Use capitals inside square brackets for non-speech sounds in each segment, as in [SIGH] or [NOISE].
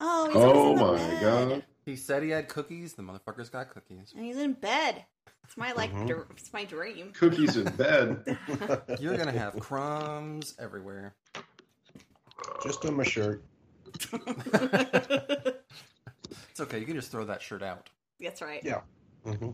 he's Oh always in the my bed. god. He said he had cookies. The motherfucker's got cookies. And he's in bed. It's my like. Mm-hmm. dr- it's my dream. Cookies in [LAUGHS] bed. You're gonna have crumbs everywhere. Just on my shirt. it's okay. You can just throw that shirt out. That's right. Yeah. hmm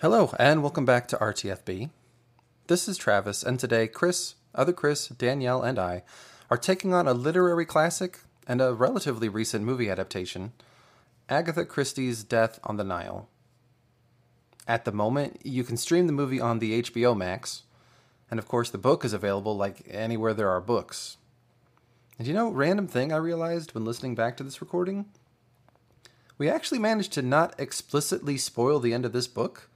Hello, and welcome back to RTFB. This is Travis, and today Chris, other Chris, Danielle, and I are taking on a literary classic and a relatively recent movie adaptation Agatha Christie's Death on the Nile. At the moment, you can stream the movie on the HBO Max, and of course, the book is available like anywhere there are books. And you know, random thing I realized when listening back to this recording? We actually managed to not explicitly spoil the end of this book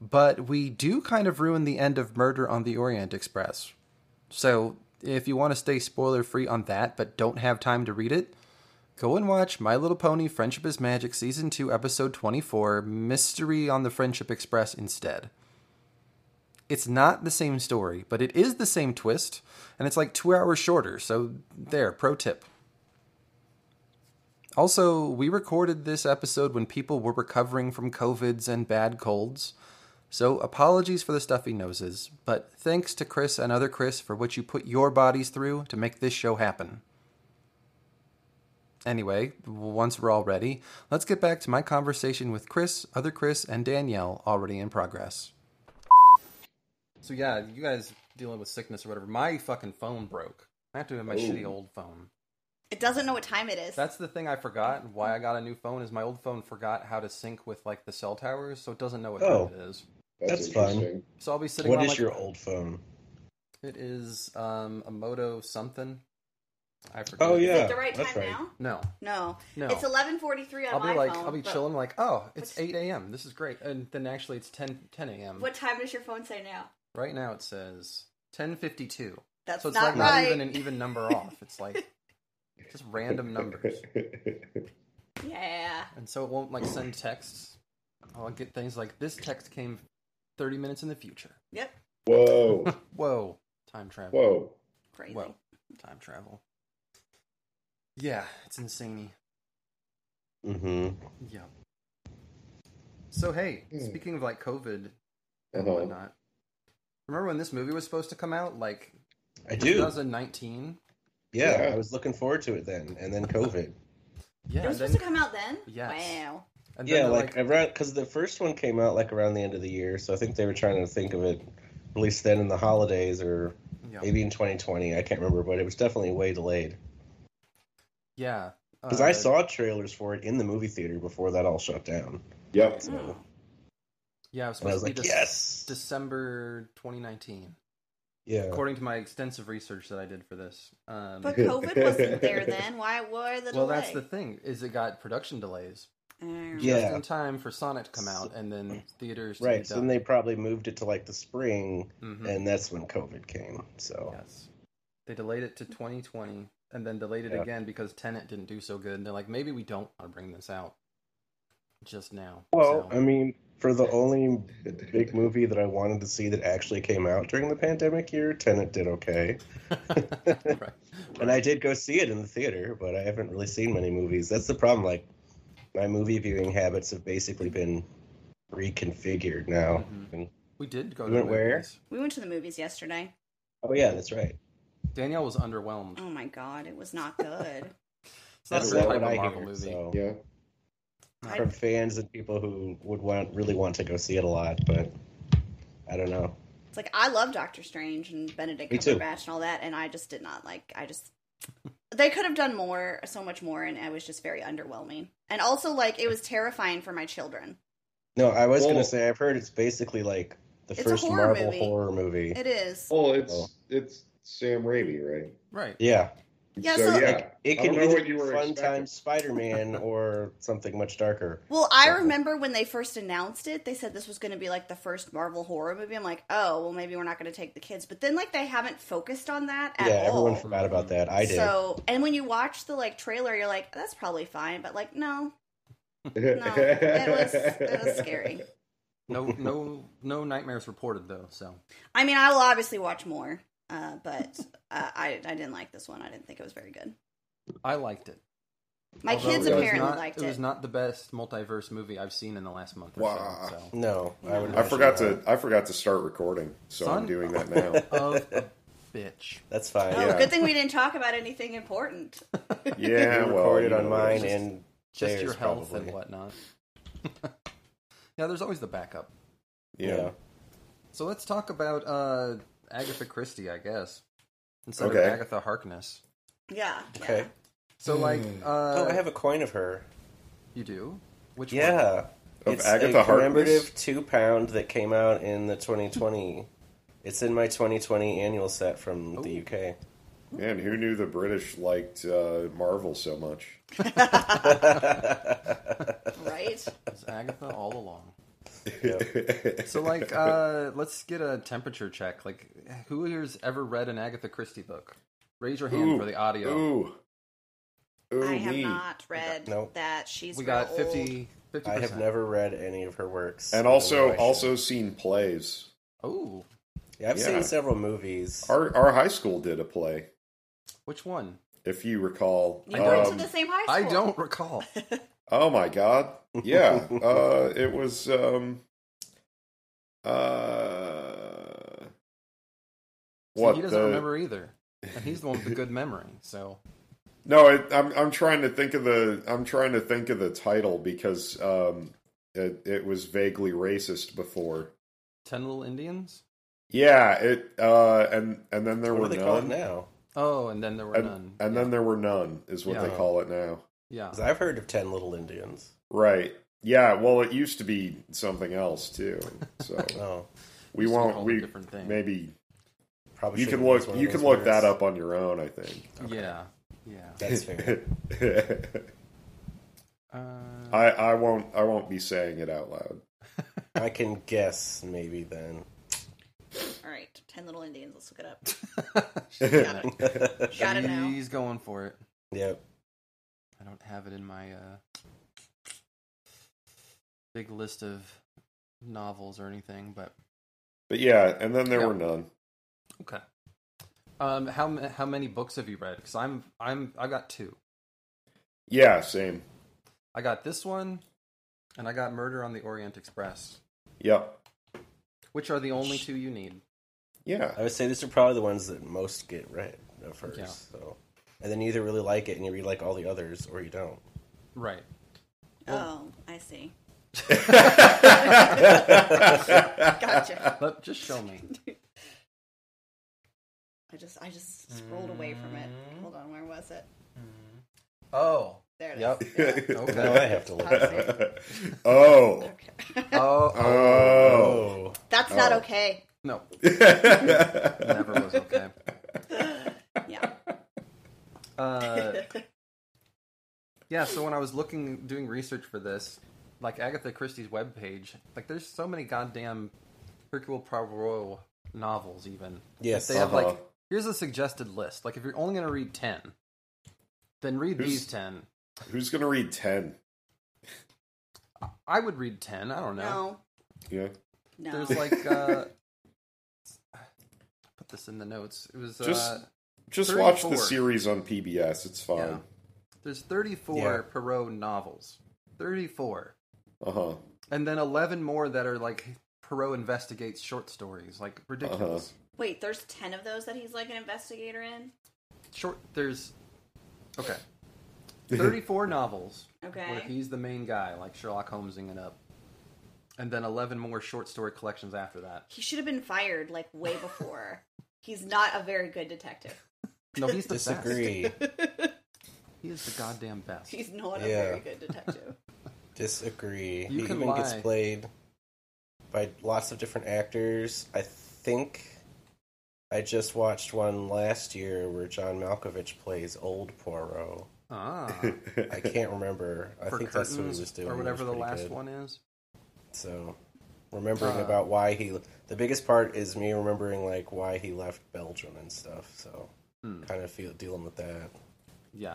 but we do kind of ruin the end of Murder on the Orient Express. So, if you want to stay spoiler free on that but don't have time to read it, go and watch My Little Pony Friendship is Magic Season 2, Episode 24 Mystery on the Friendship Express instead. It's not the same story, but it is the same twist, and it's like two hours shorter, so there, pro tip. Also, we recorded this episode when people were recovering from COVIDs and bad colds, so apologies for the stuffy noses, but thanks to Chris and other Chris for what you put your bodies through to make this show happen. Anyway, once we're all ready, let's get back to my conversation with Chris, other Chris, and Danielle already in progress. So yeah, you guys dealing with sickness or whatever. My fucking phone broke. I have to have my Oh. shitty old phone. It doesn't know what time it is. That's the thing I forgot. and Why I got a new phone is my old phone forgot how to sync with like the cell towers, so it doesn't know what time Oh. it is. That's fine. interesting. So I'll be sitting. What on, is like, your old phone? It is um, a Moto something. I forget. Oh is yeah, it the right time that's right. now? No, No. no. It's eleven forty three on I'll my be like, phone. I'll be but chilling. Like, oh, it's What's- eight a.m. This is great. And then actually, it's 10, 10 a.m. What time does your phone say now? Right now, it says ten fifty-two. That's So it's not like right. not even an even number [LAUGHS] off. It's like just random numbers, yeah. and so it won't like send texts. I'll get things like this text came thirty minutes in the future. Yep. [LAUGHS] Whoa. Whoa, time travel. [LAUGHS] Whoa. Crazy. Whoa, time travel. Yeah, it's insaney. Mm-hmm. Yeah. So hey, Hmm. speaking of like COVID and Uh-huh. whatnot, remember when this movie was supposed to come out? Like I do. 2019. Yeah, Yeah. I was looking forward to it then, and [LAUGHS] then COVID. Yeah. it was and then, supposed to come out then. Yes. Wow. and then yeah, they're like, around because the first one came out like around the end of the year, so I think they were trying to think of it released then in the holidays or yeah, maybe in 2020. I can't remember, but it was definitely way delayed yeah. because uh, I saw trailers for it in the movie theater before that all shut down. Yep. So, Mm. Yeah, it was and supposed I was to be Dec- like, yes, December 2019, yeah. according to my extensive research that I did for this. Um, But COVID wasn't there then. Why were the well, delay? that's the thing is it got production delays Mm. Yeah. just in time for Sonic to come out, and then theaters to Right, be so done. then they probably moved it to like the spring, Mhm. and that's when COVID came. So Yes. They delayed it to 2020 and then delayed it Yeah. again because Tenet didn't do so good. And they're like, maybe we don't want to bring this out just now. Well, um, [LAUGHS] So- I mean, for the only big movie that I wanted to see that actually came out during the pandemic year, Tenet did okay. right. [LAUGHS] right. And I did go see it in the theater, but I haven't really seen many movies. That's the problem. Like, my movie viewing habits have basically been reconfigured now. And- Mm-hmm. we did go Oh, You to the went where? movies. We went to the movies yesterday. Oh, yeah, that's right. Danielle was underwhelmed. Oh my god, it was not good. [LAUGHS] It's not That's her not type of what I Marvel hear. movie. So, Yeah. I- for fans and people who would want really want to go see it a lot, but I don't know. It's like I love Doctor Strange and Benedict Me too. Cumberbatch and all that, and I just did not like. I just they could have done more, so much more, and I was just very underwhelming. And also, like, it was terrifying for my children. No, I was Well- gonna say I've heard it's basically like the It's a first horror Marvel movie. horror movie. It is. Well, it's Oh. it's Sam Raimi, right? Right. Yeah, Yeah, so, so- yeah, It I can don't know either what be you were fun expecting. [LAUGHS] time Spider-Man or something much darker. Well, I Yeah. remember when they first announced it, they said this was going to be like the first Marvel horror movie. I'm like, oh, well, maybe we're not going to take the kids. But then, like, they haven't focused on that at yeah, all. everyone forgot about that. I did. So, and when you watch the like trailer, you're like, that's probably fine. But like, no, [LAUGHS] no, [LAUGHS] it was it was scary. No, no, no nightmares reported though. So I mean, I will obviously watch more, uh, but uh, I I didn't like this one. I didn't think it was very good. I liked it. My Although kids it was apparently not- liked It it. was not the best multiverse movie I've seen in the last month. Or Wow. So, [LAUGHS] so. No, I would. I forgot imagine to I forgot to start recording, so Son I'm doing [LAUGHS] that now. Of a bitch. That's fine. Oh, Yeah. good thing we didn't talk about anything important. yeah, You well, recorded you on know, mine it's just- and Just theirs, your health probably. and whatnot. [LAUGHS] yeah, there's always the backup. yeah. yeah. So let's talk about uh, Agatha Christie, I guess, instead Okay. of Agatha Harkness. Yeah. [LAUGHS] yeah. Okay. So like, uh, oh, I have a coin of her. you do. Which one? Yeah. Of it's Agatha a Harkness? commemorative two pound that came out in the 2020. it's in my 2020 annual set from the UK. Man, who knew the British liked uh, Marvel so much? [LAUGHS] [LAUGHS] Right. It's Agatha all [LAUGHS] along. Yeah. So like, uh, let's get a temperature check. Like, who here's ever read an Agatha Christie book? Raise your hand Ooh, for the audio. Ooh. Ooh, I have me. not read Nope. that. She's we got real old. 50 50 I have never read any of her works. And I know also I should. also seen plays. oh Yeah, I've yeah. seen several movies. Our our high school did a play, which one if you recall. You went Um, to the same high i school. don't [LAUGHS] recall Oh my god. Yeah. uh it was um uh See, he doesn't the- remember either and he's the one with the good [LAUGHS] memory so No, it, I'm I'm trying to think of the I'm trying to think of the title because um it, it was vaguely racist before. 10 little indians Yeah, it uh and and then there what were do they none. call it now? oh and then there were And, none and then there were none is what they Yeah. call it now. yeah 'Cause I've heard of Ten Little Indians. Right. Yeah, well it used to be something else too. [LAUGHS] So Oh, we Used to be won't called a we different thing. maybe probably you should've can used look one of you those can look words. that up on your own i think yeah yeah [LAUGHS] That's fair. uh, [LAUGHS] i i won't i won't be saying it out loud I can guess maybe [LAUGHS] then. [LAUGHS] All right. Ten little Indians. Let's look it up. [LAUGHS] got it. Gotta know. he's going for it Yep. i don't have it in my uh big list of novels or anything but but yeah and then there Yeah. were none Okay. Um, how ma- how many books have you read? Because I'm I'm I got two. yeah same I got this one, and I got Murder on the Orient Express, yep which are the only two you need. yeah [LAUGHS] I would say these are probably the ones that most get read at first. Yeah. So, and then you either really like it and you read like all the others, or [LAUGHS] you don't. Right. Oh, I see. gotcha [LAUGHS] Gotcha. But just show [LAUGHS] me. I just I just scrolled away from it. Mm-hmm. Hold on, where was it? Oh. There it is. Yep. Yeah. Now I Okay. [LAUGHS] have to look. How's it? oh Okay. [LAUGHS] oh. [LAUGHS] oh [LAUGHS] Oh, That's not Oh. okay. No. yeah Never [LAUGHS] was okay. Yeah. [LAUGHS] Uh, yeah. So when I was looking, doing research for this, like Agatha Christie's webpage, like there's so many goddamn Hercule Poirot novels, even. yes. They have like Uh-huh. here's a suggested list. Like if you're only gonna read ten, then read Who's- these ten. who's gonna read 10 I would read ten. I don't know. No. yeah No. There's like [LAUGHS] uh, put this in the notes. It was uh, Just- just watch the 34. series on pbs it's yeah. fine There's 34 Yeah. Perot novels, 34, uh-huh and then 11 more that are like Perot investigates short stories. Like ridiculous. Uh-huh. Wait, there's ten of those that he's like an investigator in. Short. There's [LAUGHS] okay. 34 novels. where Okay. he's the main guy, like Sherlock Holmesing it up, and then eleven more short story collections after that. He should have been fired like way [LAUGHS] before. He's not a very good detective. No, he's the best. disagree. [LAUGHS] He is the goddamn best. He's not a Yeah. very good [LAUGHS] detective. disagree. You he can even gets lie. played by lots of different actors. I think I just watched one last year where John Malkovich plays old Poirot. Ah, I can't remember. [LAUGHS] I for think that's what he was curtains doing. or It whatever the was pretty last good. one is. So remembering Uh. about why he. The biggest part is me remembering like why he left Belgium and stuff. So Hmm. kind of feel dealing with that. Yeah.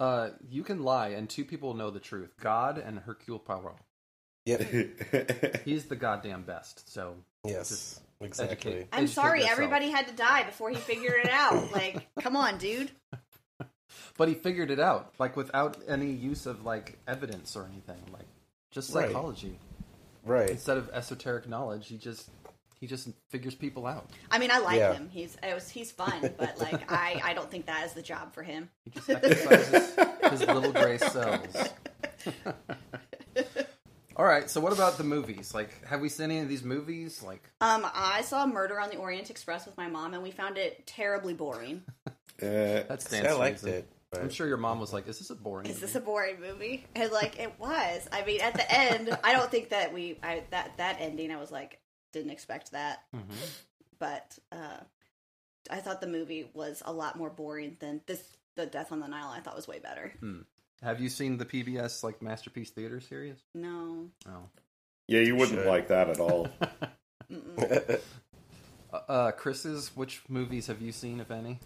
Uh, you can lie, and two people know the truth: God and Hercule Poirot. [LAUGHS] Yep. He's the goddamn best. So yes. Just Exactly. educate- I'm educate sorry, yourself. everybody had to die before he figured it [LAUGHS] out. Like, come on, dude. But he figured it out, like without any use of like evidence or anything, like just Right. psychology Right. instead of esoteric knowledge. He just he just figures people out. I mean, I like Yeah. him. He's it was, he's fun, but like, I I don't think that is the job for him. He [LAUGHS] just exercises his little gray cells. [LAUGHS] All right, so what about the movies? Like, have we seen any of these movies? Like, Um, I saw Murder on the Orient Express with my mom, and we found it terribly boring. [LAUGHS] [LAUGHS] Uh, that See, stands. I to liked reason. it. but- I'm sure your mom was like, "Is this a boring?" Is movie? this a boring movie? And like, it was. I mean, at the end, I don't think that we I that that ending. I was like, didn't expect that, Mhm. but uh, I thought the movie was a lot more boring than this. The Death on the Nile, I thought was way better. Have you seen the PBS like masterpiece theater series? No, Oh, yeah, you wouldn't Should. like that at all. Oh. Mm-mm. uh, uh, Chris's. Which movies have you seen, if any?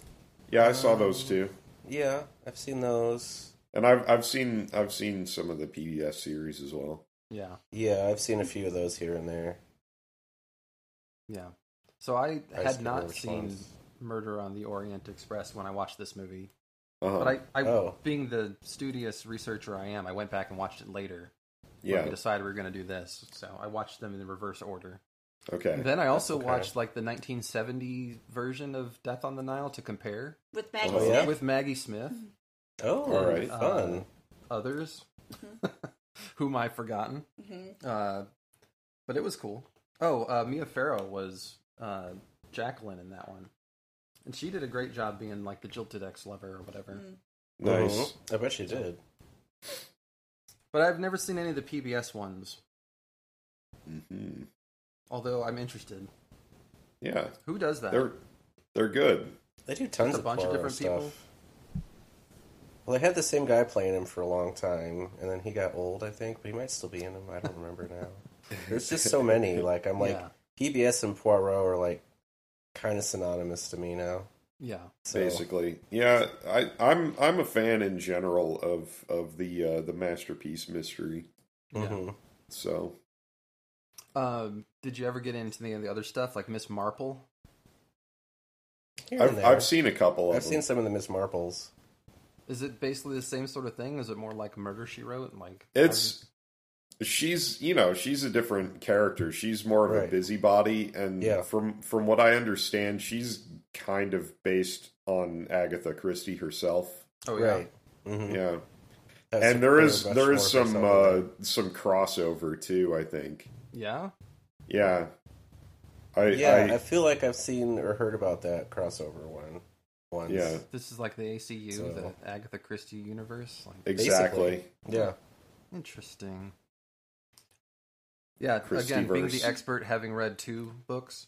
Yeah, I Um, saw those too, [LAUGHS] yeah, I've seen those. and I've I've seen I've seen some of the PBS series as well. Yeah, Yeah, I've seen a few of those here and there. yeah. So I I had see not which seen ones. Murder on the Orient Express when I watched this movie, Uh-huh. but I, I Oh. being the studious researcher I am, I went back and watched it later. When we yeah, decided we were going to do this, so I watched them in the reverse order. okay. Then I also okay. watched like the 1970 version of Death on the Nile to compare with Maggie Oh, Smith. yeah? with Maggie Smith, Oh, All right. uh, fun. others [LAUGHS] whom I've forgotten. Mhm. Uh, but it was cool. Oh, uh, Mia Farrow was uh, Jacqueline in that one, and she did a great job being like the jilted ex lover or whatever. Mm. Mm-hmm. Nice. Mm-hmm. Mhm. I bet you did. But I've never seen any of the PBS ones, hmm although I'm interested. Yeah, Who does that? they're they're good. They do tons a of bunch of Poirot different stuff. people? Well, they had the same guy playing him for a long time, and then he got old, I think, but he might still be in them. I don't remember now. There's just [LAUGHS] so many. Like I'm like Yeah. PBS and Poirot are like kind of synonymous to me now. yeah, So, Basically, yeah, I, I'm I'm a fan in general of of the uh, the masterpiece mystery. yeah. mhm. So Um, did you ever get into any of the other stuff like Miss Marple? Here and I've there. I've seen a couple of I've them. seen some of the Miss Marples. Is it basically the same sort of thing? Is it more like Murder She Wrote? Like It's she's you know she's a different character. She's more of a Right. busybody, and Yeah. from from what I understand, she's kind of based on Agatha Christie herself. oh yeah, Right. Mhm. Yeah, That's and there pretty is much there more is some persona uh, than- some crossover too. I think. yeah. Yeah, I yeah, I, I, feel like I've seen or heard about that crossover one. Once. yeah This is like the ACU, So- the Agatha Christie universe. Like exactly. Basically. Yeah. Interesting. Yeah, again, Christieverse. being the expert, having read two books,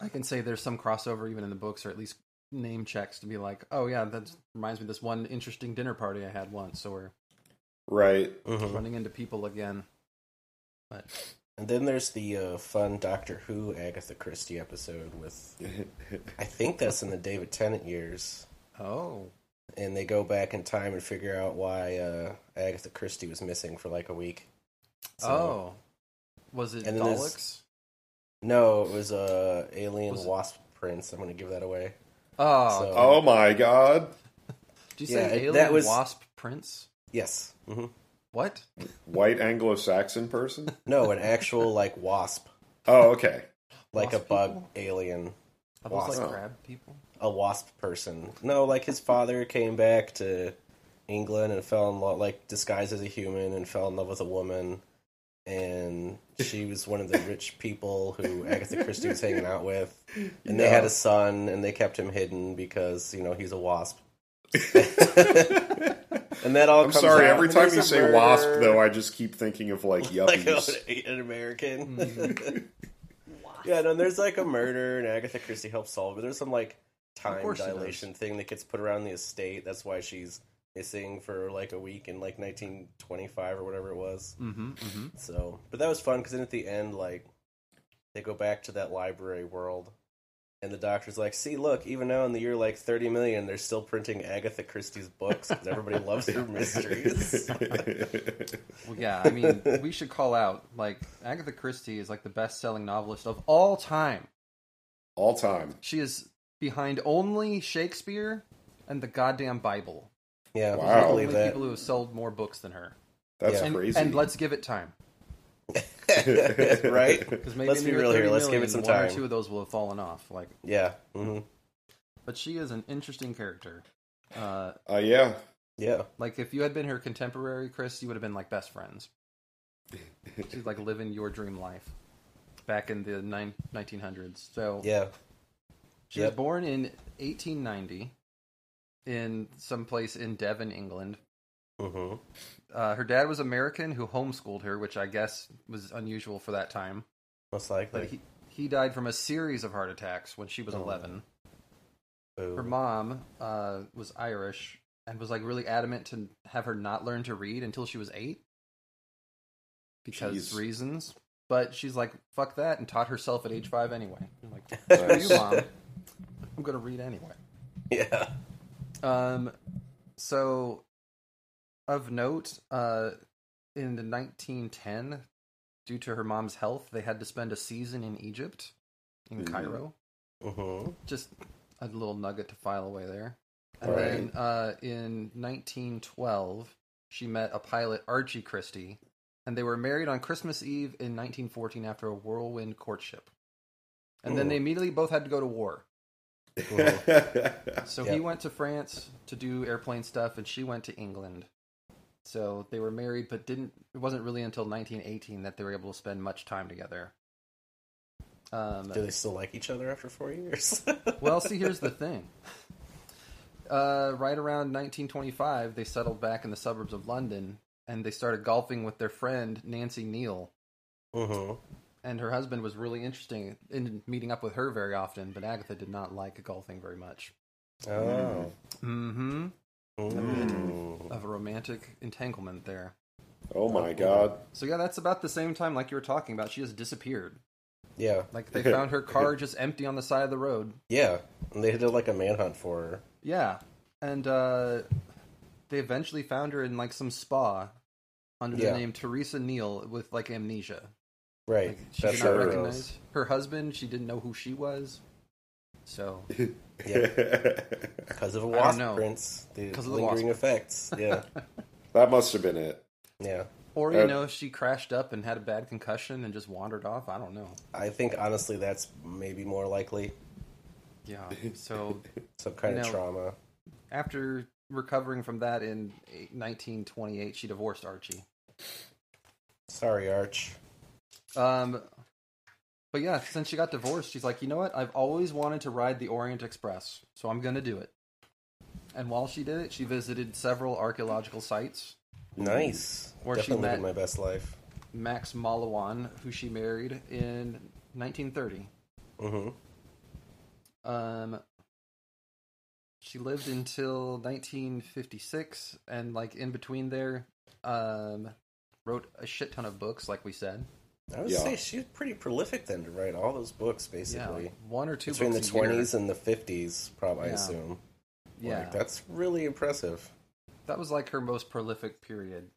I can say there's some crossover even in the books, or at least name checks to be like, oh yeah, that reminds me of this one interesting dinner party I had once, so we're [LAUGHS] Right. Mhm. running into people again. But And then there's the uh, fun Doctor Who Agatha Christie episode with I think that's in the David Tennant years, oh, and they go back in time and figure out why uh, Agatha Christie was missing for like a week. So- oh, was it And then there's- Daleks? no, it was a uh, alien Was it- wasp prince. I'm going to give that away. Oh, So- Oh my god. did you yeah, say it- alien that was- wasp prince? Yes. hmm What? White Anglo-Saxon person? No, [LAUGHS] an actual like wasp, Oh, okay. like Wasp a bug people? alien, Are those like Wasp. crab people? a wasp person. No, like his father came back to England and fell in love, like disguised as a human and fell in love with a woman. And she was one of the rich people who Agatha Christie was hanging out with. And they had a son, and they kept him hidden because you know he's a wasp. and that all. I'm comes sorry, out, every and time there's you a oh, say wasp murder, [LAUGHS] though, I just keep thinking of like yuppies. like an American. Wow. sauce. Yeah, no, and there's like a murder, and Agatha Christie helps solve it. There's some like time course she dilation thing that gets put around the estate. That's why she's missing for like a week in like 1925 or whatever it was. Mm-hmm. mm-hmm. So, but that was fun because then at the end, like, they go back to that library world, and the doctor's like, "See, look, even now in the year like 30 million, they're still printing Agatha Christie's books because everybody [LAUGHS] loves her mysteries." Well, yeah, I [LAUGHS] mean, we should call out like Agatha Christie is like the best-selling novelist of all time. [LAUGHS] All time. She is behind only Shakespeare and the goddamn Bible. Yeah, Wow. I Those are the believe only that. people who have sold more books than her. That's Yeah. And, crazy. and let's give it time [LAUGHS] [LAUGHS] right? because maybe Let's in the be year real here, 30 let's give it million, some One or time. two of those will have fallen off. Like, Yeah. hmm but she is an interesting character. Uh, Uh, yeah. Yeah. like if you had been her contemporary, Chris, you would have been like best friends. [LAUGHS] She's like living your dream life back in the nine, 1900s. So Yeah. She was Yep. born in 1890 in some place in Devon, England. hmm Uh, her dad was American who homeschooled her, which I guess was unusual for that time. Most likely. But he, he died from a series of heart attacks when she was Oh. 11. Boo. Her mom uh, was Irish and was like really adamant to have her not learn to read until she was eight because Jeez. reasons. But she's like, fuck that, and taught herself at age five anyway. I'm [LAUGHS] like, screw Nice. you, mom. I'm going to read anyway. Yeah. Um, so of note, uh, in the 1910, due to her mom's health, they had to spend a season in Egypt, in Mhm. Cairo. [LAUGHS] hmm Just a little nugget to file away there. And Right. then uh, in 1912, she met a pilot, Archie Christie, and they were married on Christmas Eve in 1914 after a whirlwind courtship. And then Ooh. they immediately both had to go to war. Mm-hmm. So he Yep. went to France to do airplane stuff, and she went to England. So they were married, but didn't. It wasn't really until 1918 that they were able to spend much time together. Um, Do they still like each other after four years? [LAUGHS] well, see, here's the thing. [LAUGHS] Uh, right around 1925, they settled back in the suburbs of London, and they started golfing with their friend Nancy Neal. hmm And her husband was really interesting in meeting up with her very often, but Agatha did not like golfing very much. Oh. Mm-hmm. Mm. Of a romantic entanglement there. [LAUGHS] Oh my god. So yeah, that's about the same time like you were talking about. She just disappeared. Yeah. Like they found her car just empty on the side of the road. Yeah. And they did like a manhunt for her. Yeah, and uh, they eventually found her in like some spa under Yeah. the name Teresa Neal with like amnesia. Right. Like, she That's did not her. recognize her husband. She didn't know who she was. So Because of a don't wasp know. prince. The 'Cause of the lingering [LAUGHS] effects. Yeah. [LAUGHS] that must have been it. [LAUGHS] yeah. or you Uh, know she crashed up and had a bad concussion and just wandered off. I don't know. I think honestly that's maybe more likely. Yeah. [LAUGHS] So Some kind of No. trauma. after recovering from that in 1928, she divorced Archie. Sorry, Arch. Um, but yeah, since she got divorced, she's like, you know what? I've always wanted to ride the Orient Express, so I'm gonna do it. And while she did it, she visited several archaeological sites. Mm. Nice. Or she Definitely living met- my best life. Max Malawan, who she married in 1930. hmm Um, she lived until 1956, and like in between there, um, wrote a shit ton of books, like we said. I would Yeah. say she's pretty prolific then to write all those books, Yeah, basically. like one or two Between the books a year. twenties and the fifties, probably I Yeah. assume. Yeah, Like, that's really impressive. that was like her most prolific period.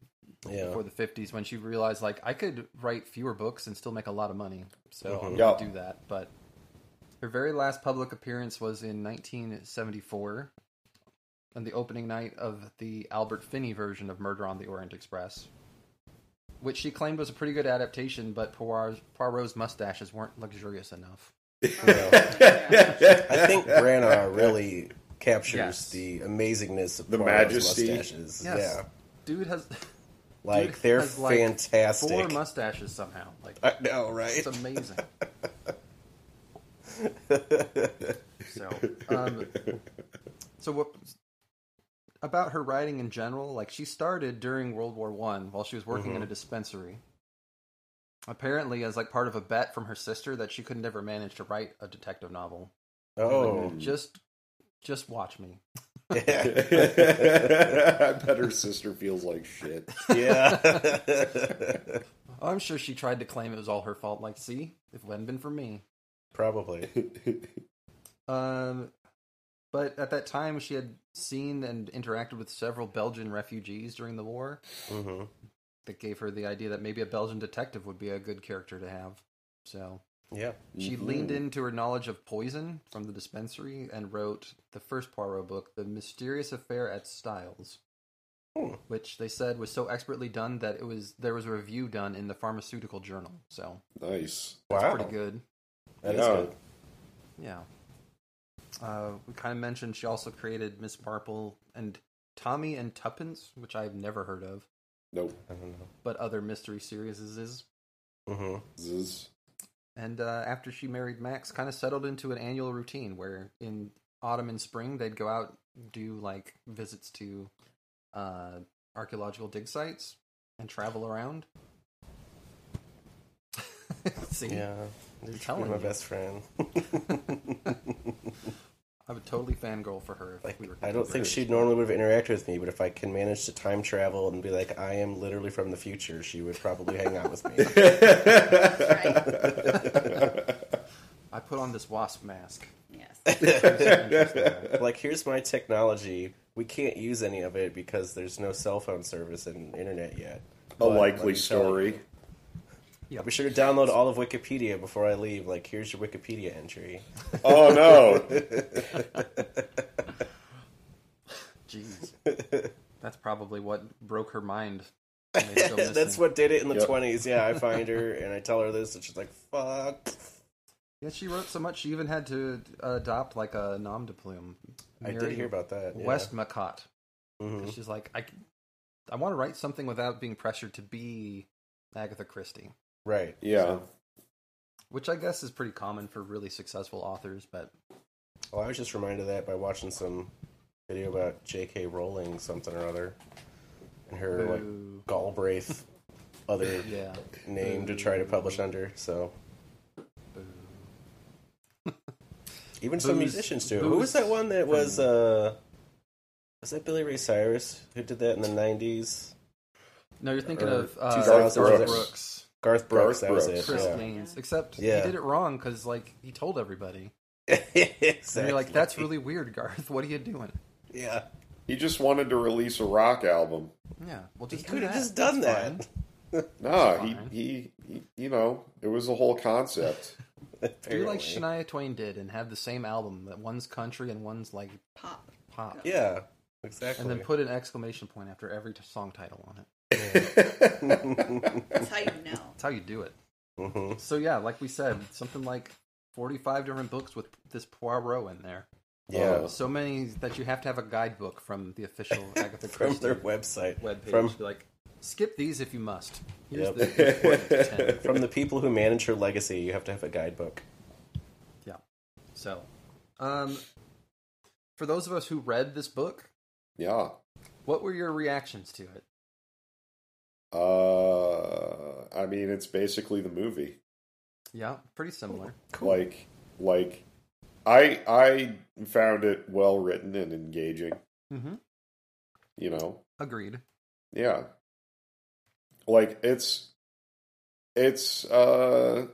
Yeah, before the 50s when she realized like I could write fewer books and still make a lot of money. So I'm Mhm. gonna Yeah. do that. But her very last public appearance was in 1974 on the opening night of the Albert Finney version of Murder on the Orient Express, which she claimed was a pretty good adaptation, but Poirot's, Poirot's mustaches weren't luxurious enough. [LAUGHS] I think Branagh really captures Yes. the amazingness of The Poirot's majesty. mustaches. Yes. Yeah, Dude has [LAUGHS] like Dude they're has, like, fantastic. four mustaches somehow. Like I know, right? It's amazing. so, um, so what about her writing in general? Like she started during World War One while she was working in a dispensary, apparently as like part of a bet from her sister that she could never manage to write a detective novel. Oh, [LAUGHS] [LAUGHS] Just just watch me. I bet her sister feels like shit. yeah. I'm sure she tried to claim it was all her fault. Like, see, if it hadn't been for me. [LAUGHS] Probably. Um, but at that time, she had seen and interacted with several Belgian refugees during the war. hmm That gave her the idea that maybe a Belgian detective would be a good character to have. So Yeah. she Mm-hmm. leaned into her knowledge of poison from the dispensary and wrote the first Poirot book, The Mysterious Affair at Styles. Hmm. Which they said was so expertly done that it was there was a review done in the pharmaceutical journal, so Nice. that's wow. pretty good. That is Yeah. good. Yeah. Uh, we kind of mentioned she also created Miss Marple and Tommy and Tuppence, which I've never heard of, Nope. I don't know. but other mystery series is. hmm Zzz. And uh, after she married Max, kind of settled into an annual routine where in autumn and spring they'd go out do like visits to uh, archaeological dig sites and travel around. [LAUGHS] See, Yeah. You're telling my you. best friend. [LAUGHS] I would totally fangirl for her. If like, we were I don't think she normally would have interacted with me, but if I can manage to time travel and be like, I am literally from the future, she would probably hang out with me. I put on this wasp mask. Yes. like, here's my technology. We can't use any of it because there's no cell phone service and internet yet. A But let me tell likely you, story. I'll be sure to download all of Wikipedia before I leave. Like, here's your Wikipedia entry. Oh no. [LAUGHS] Jeez. [LAUGHS] That's probably what broke her mind. and they still miss [LAUGHS] That's me. what did it in the Yep. 20s. Yeah, I find her and I tell her this, and she's like, fuck. Yeah, she wrote so much she even had to adopt like a nom de plume. I did Mary hear about that. yeah. West Macott. Mhm. She's like, I, I want to write something without being pressured to be Agatha Christie, Right. Yeah. which I guess is pretty common for really successful authors. But Well, Oh, I was just reminded of that by watching some video about J.K. Rowling, something or other, and her like Boo. Galbraith [LAUGHS] other yeah, name to try to publish under. So even some Booze- musicians do. it. Who booze was that one that was? uh Was that Billy Ray Cyrus who did that in the nineties? no, you're thinking Or of uh, 2000 Garth Brooks. Brooks, Garth Brooks. Garth that Brooks. was Chris it. Yeah. Gaines. Except Yeah. he did it wrong because like he told everybody. And [LAUGHS] exactly. you're like, that's really weird, Garth. What are you doing? [LAUGHS] yeah. He just wanted to release a rock album. Yeah, well, He just do could have that. just done That's fine. that. Nah, he, Fine. he he you know, it was a whole concept. Do like Apparently. Shania Twain did and have the same album that one's country and one's like Pop. pop, Yeah. Exactly. and then [LAUGHS] put an exclamation point after every t- song title on it. [LAUGHS] That's how you know. That's how you do it. hmm So yeah, like we said, something like forty-five different books with this Poirot in there. Yeah. Oh. So many that you have to have a guidebook from the official Agatha [LAUGHS] from Christie their website. webpage. From Be like, skip these if you must. Here's Yep. the [LAUGHS] important [LAUGHS] ten. from the people who manage her legacy, you have to have [LAUGHS] a guidebook. So, um, for those of us who read this book, yeah. what were your reactions to it? Uh I mean it's basically the movie. Yeah, pretty similar. Like like I I found it well written and engaging, Mm-hmm. you know. Agreed. Yeah. Like it's it's uh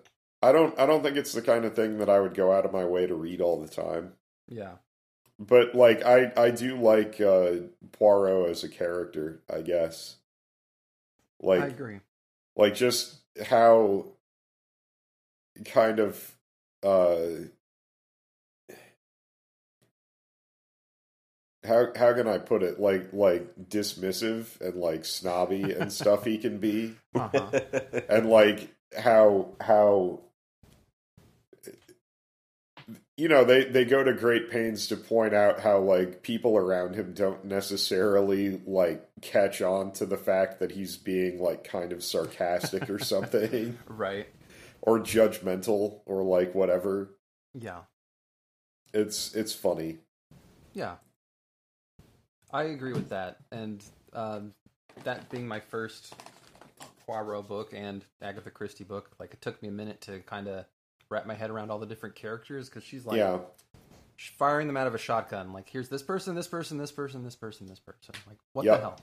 I don't I don't think it's the kind of thing that I would go out of my way to read all the time. Yeah. But like I I do like uh Poirot as a character, I guess. I Like agree. like just how kind of uh how how can I put it like like dismissive and like snobby and stuff he can be [LAUGHS] Uh-huh. and like how how you know they they go to great pains to point out how like people around him don't necessarily like catch on to the fact that he's being like kind of sarcastic or something right. or judgmental or like whatever Yeah. it's it's funny Yeah. I agree with that. And um, that being my first Poirot book and Agatha Christie book, like it took me a minute to kind of wrap my head around all the different characters because she's like yeah, sh- firing them out of a shotgun. Like here's this person, this person, this person, this person, this person. Like what Yep. the hell?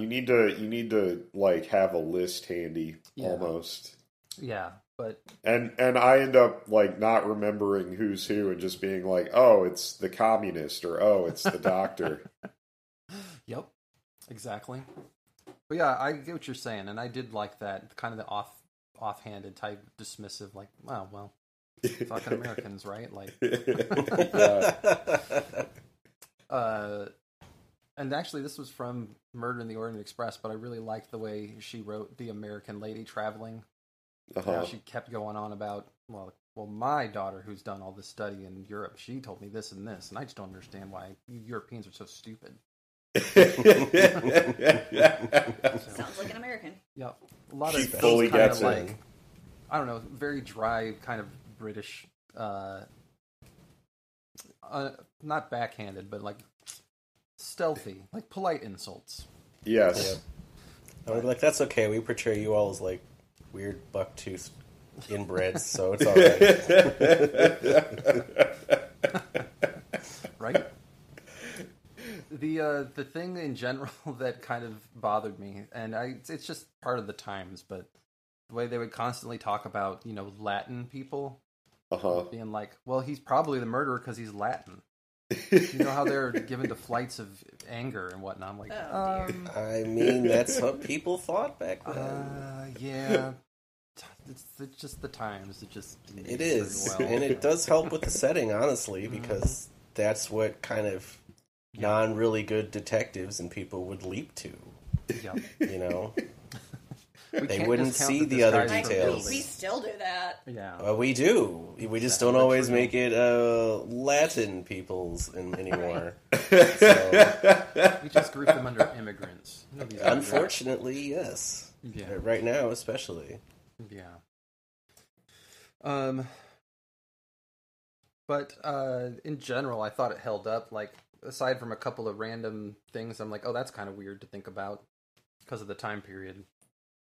you need to you need to like have a list handy Yeah. almost. Yeah, but And and I end up like not remembering who's who and just being like, oh, it's the communist or oh, it's the [LAUGHS] doctor. Yep, exactly. But yeah, I get what you're saying, and I did like that kind of the off offhanded type dismissive, like, wow, well, fucking Americans, right? Like, Yeah. uh, and actually, this was from Murder in the Orient Express, but I really liked the way she wrote the American lady traveling. Uh-huh. How she kept going on about, well, well, my daughter who's done all this study in Europe, she told me this and this, and I just don't understand why you Europeans are so stupid. So- Sounds like an American. Yeah, a lot She of those fully kinda gets it. like I don't know, very dry kind of British, uh, uh not backhanded, but like stealthy, like polite insults. [LAUGHS] yes. I'm like, that's okay. We portray you all as like weird bucktooth inbreds, so it's all [LAUGHS] right. [LAUGHS] right? the uh, the thing in general [LAUGHS] that kind of bothered me, and I it's just part of the times, but the way they would constantly talk about you know Latin people Uh [LAUGHS] huh. being like, well, he's probably the murderer because he's Latin. You know how they're given to flights of anger and whatnot. I'm like, Oh, dear. um, I mean, that's what people thought back then. uh, yeah. It's, it's just the times. It just didn't it age very is, well. Mm-hmm. and it does help with the setting, honestly, because that's what kind of non really good detectives and people would leap to. Yeah. [LAUGHS] You know, We can't wouldn't discount see that the this other guy's I, from we, details. we Italy. still do that. Yeah, well, we do. We just don't always make it uh, Latin peoples [LAUGHS] in, anymore. So, we just group them under immigrants. Nobody's gonna do that. unfortunately, yes. Yeah. Uh, Right now, especially. Yeah. Um but uh in general I thought it held up like aside from a couple of random things I'm like oh that's kind of weird to think about because of the time period.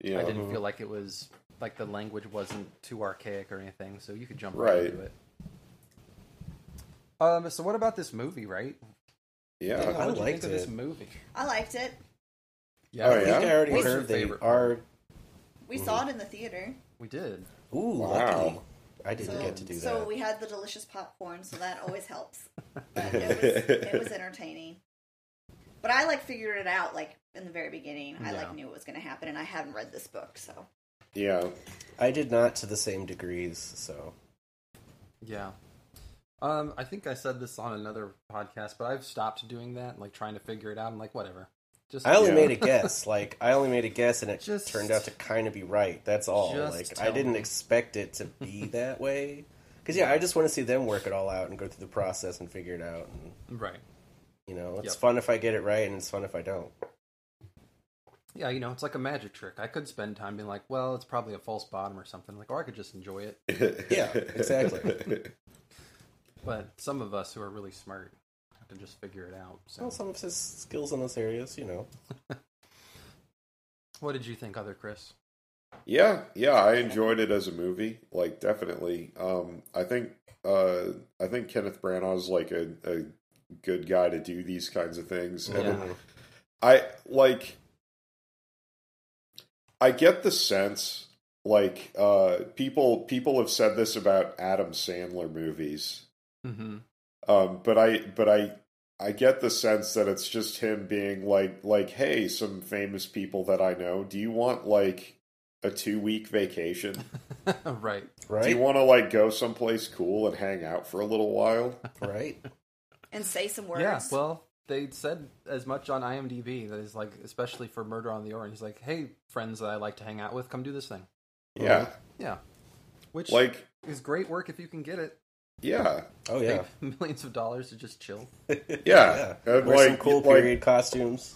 I Yeah. didn't feel like it was like the language wasn't too archaic or anything so you could jump right, Right. into it. Um so what about this movie, right? Yeah. I What'd you think liked of this it. movie? I liked it. Yeah. Oh, I yeah? think I already What's your heard they favorite are. We Mm-hmm. saw it in the theater. We did. Ooh, Wow. lucky. I didn't So, get to do so that. we had the delicious popcorn, so that always [LAUGHS] helps. But it was, it was entertaining. But I like figured it out like in the very beginning. I Yeah. like knew it was going to happen, and I hadn't read this book, so Yeah. I did not to the same degrees, so. Yeah. Um, I think I said this on another podcast, but I've stopped doing that, like trying to figure it out. I'm like, whatever. Just I only Yeah. made [LAUGHS] a guess. Like, I only made a guess, and it Just- turned out to kind of be right. That's all. Just Like, I tell didn't me. expect it [LAUGHS] to be that way. Because, yeah, I just want to see them work it all out and go through the process and figure it out. And, right. you know, it's Yep. fun if I get it right, and it's fun if I don't. Yeah, you know, it's like a magic trick. I could spend time being like, well, it's probably a false bottom or something, like, or I could just enjoy it. Yeah, exactly. But some of us who are really smart have to just figure it out. So, well, some of his skills in those areas, you know. what did you think, other Chris? [LAUGHS] Yeah, yeah, I enjoyed it as a movie, like definitely. Um, I think uh, I think Kenneth Branagh's like a, a good guy to do these kinds of things, and Yeah. I like. I get the sense, like uh, people people have said this about Adam Sandler movies, Mm-hmm. um, but I but I I get the sense that it's just him being like like hey some famous people that I know do you want like a two week [LAUGHS] vacation [LAUGHS] right. Right? do you want to like go someplace cool and hang out for a little [LAUGHS] while right? and say some words. Yeah. Well, they said as much on IMDb that is like, especially for Murder on the Orient. He's like, hey, friends that I like to hang out with, come do this thing. [LAUGHS] yeah Yeah. Which like is great work if you can get it. yeah Oh, yeah. [LAUGHS] millions of dollars to just chill. [LAUGHS] yeah, And, Wear some like- cool like- period costumes.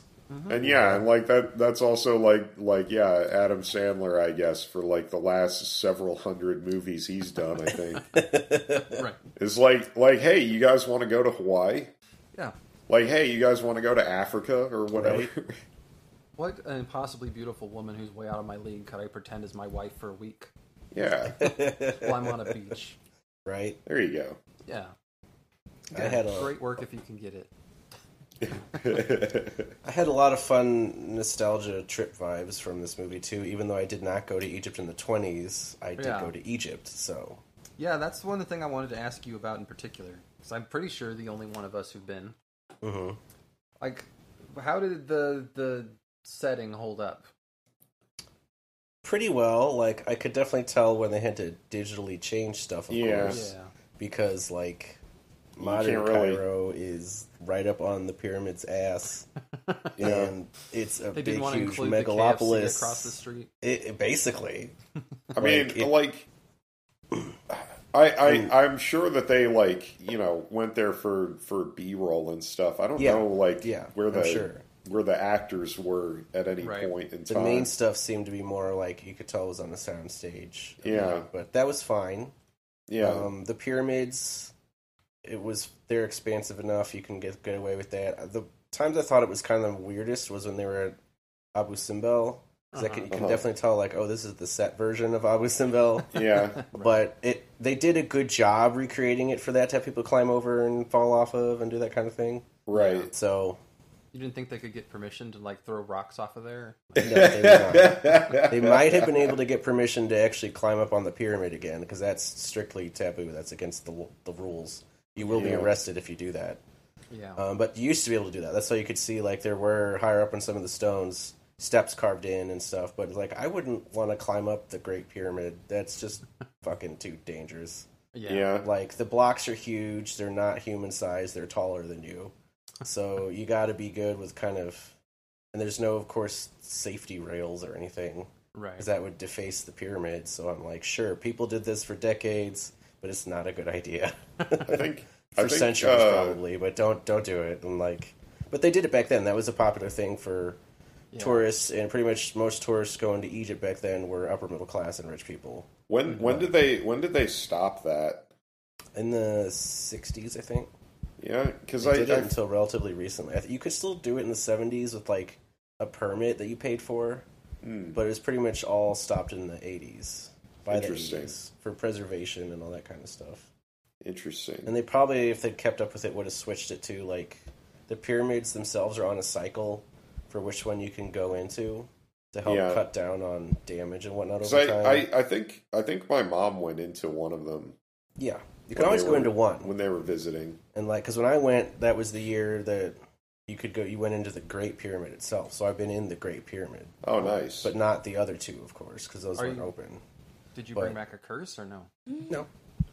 and yeah and like that that's also like like yeah Adam Sandler I guess for like the last several hundred movies he's done I think [LAUGHS] [LAUGHS] right. is like like hey you guys want to go to Hawaii Yeah. like hey you guys want to go to Africa or whatever What an impossibly beautiful woman who's way out of my league could I pretend is my wife for a [LAUGHS] week [LAUGHS] Yeah, while I'm on a beach? right? there you [LAUGHS] go. Yeah. I had a Great work if you can get it. I had a lot of fun nostalgia trip vibes from this movie too. Even though I did not go to Egypt in the twenties, I did Yeah. go to Egypt. So Yeah, that's one of the thing I wanted to ask you about in particular. Because I'm pretty sure the only one of us who've been. Mm-hmm. Mhm. Like, how did the the setting hold up? pretty well. Like I could definitely tell when they had to digitally change stuff. Of Yeah. course, because like modern can't really- Cairo is right up on the [LAUGHS] pyramid's ass, Yeah. and it's a They big didn't want to huge include the megalopolis KFC across the street. It, it- basically, I mean, Like, it- like, I, I, I'm sure that they like, you know, went there for for B roll and stuff. I don't Yeah. know, like, Yeah, where I'm the sure. where the actors were at any Right. point in the time. main stuff seemed to be more like you could tell it was on the soundstage. Yeah. but that was fine. yeah, Um, the pyramids, it was they're expansive enough. You can get get away with that. The times I thought it was kind of the weirdest was when they were at Abu Simbel. 'Cause I can, you can Uh-huh. definitely tell, like, oh, this is the set version of Abu [LAUGHS] Simbel. [LAUGHS] yeah, But it they did a good job recreating it for that to have people climb over and fall off of and do that kind of thing. right. So You didn't think they could get permission to like throw rocks off of there? no, they, [LAUGHS] were not. they might have been able to get permission to actually climb up on the pyramid again because that's strictly taboo. That's against the the rules. You will be Yeah. arrested if you do that. Yeah. Um, but you used to be able to do that. That's how you could see like there were higher up on some of the stones steps carved in and stuff. But like I wouldn't want to climb up the Great Pyramid. That's just fucking too dangerous. yeah. Yeah, Like the blocks are huge. They're not human sized. They're taller than you. So you got to be good with kind of. And there's no, of course, safety rails or anything Right. because that would deface the pyramid. So I'm like, sure, people did this for decades, but it's not a good idea. [LAUGHS] I think I for think, centuries uh, probably, but don't don't do it. And like, but they did it back then. That was a popular thing for Yeah. tourists, and pretty much most tourists going to Egypt back then were upper middle class and rich people. When when did they when did they stop that? In the '60s, I think Yeah, because they I, did I it until relatively recently. I th- you could still do it in the '70s with like a permit that you paid for, hmm, but it was pretty much all stopped in the '80s by the Interesting. '80s for preservation and all that kind of stuff. interesting. And they probably, if they'd kept up with it, would have switched it to like the pyramids themselves are on a cycle for which one you can go into to help Yeah. cut down on damage and whatnot 'Cause over time. I, I, I think I think my mom went into one of them yeah, when you can always they go were- into one. when they were visiting. and like, because when I went, that was the year that you could go. You went into the Great Pyramid itself. So I've been in the Great Pyramid, Oh, nice. Um, but not the other two, of course, because those Are weren't you- open. Did you but- bring back a curse or no? No,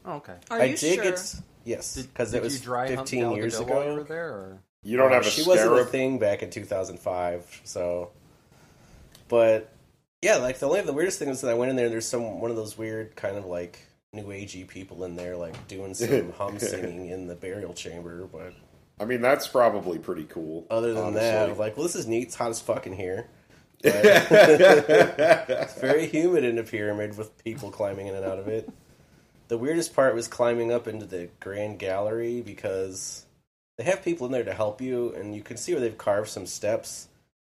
Oh, okay. Are I you did sure? get s- yes, Did, because did it was you dry hump fifteen Gal years Gadot ago. while you were there? Or? you don't Uh, have a she wasn't a scarab. thing back in 2005 so but yeah like the only the weirdest thing was that i went in there and there's some one of those weird kind of like new agey people in there [LAUGHS] like doing some hum singing in the burial chamber but I mean, that's probably pretty cool. other than that I'm honestly. like well this is neat it's hot as fuck in here But- [LAUGHS] it's [LAUGHS] very humid in a pyramid with people climbing in and out of it the weirdest part was climbing up into the grand gallery because they have people in there to help you and you can see where they've carved some steps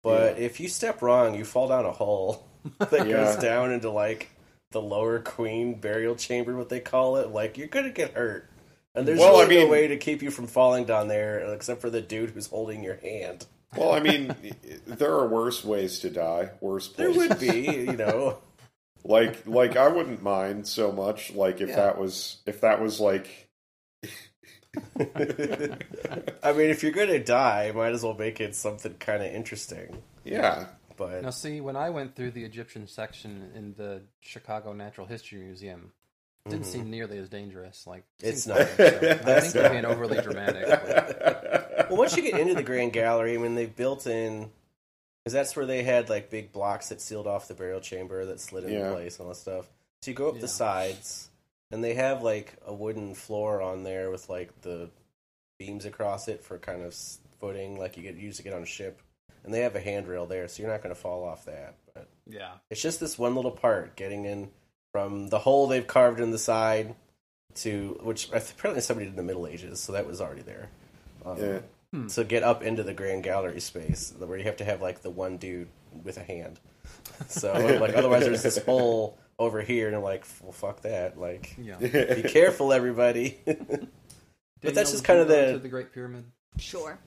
but if you step wrong you fall down a hole [LAUGHS] that Yeah. goes down into like the lower queen burial chamber what they call it like you're gonna get hurt and there's Well, I really no mean- way to keep you from falling down there except for the dude who's holding your hand well, I mean, there are worse ways to die. Worse there places. would be [LAUGHS] you know like like I wouldn't mind so much. Like if Yeah. that was if that was like I mean, if you're gonna die, might as well make it something kind of interesting. yeah But Now, see, when I went through the Egyptian section in the Chicago Natural History Museum, it didn't seem nearly as dangerous. Like it It's seemed not. fine, so [LAUGHS] I That's think we're being overly dramatic. but- well, once you get into the Grand Gallery, I mean, they've built in because that's where they had like big blocks that sealed off the burial chamber that slid into Yeah. place and all that stuff. So you go up Yeah. the sides, and they have like a wooden floor on there with like the beams across it for kind of s- footing, like you get used to get on a ship. And they have a handrail there, so you're not gonna fall off that. But yeah, [LAUGHS] It's just this one little part getting in from the hole they've carved in the side to which apparently somebody did in the Middle Ages, so that was already there. Um, yeah. Hmm. to get up into the grand gallery space where you have to have like the one dude with a hand. [LAUGHS] So like otherwise there's this hole over here and I'm like, well fuck that. Like [LAUGHS] Yeah. [LAUGHS] be careful everybody. [LAUGHS] But that's just kind of the- the Great Pyramid. Sure.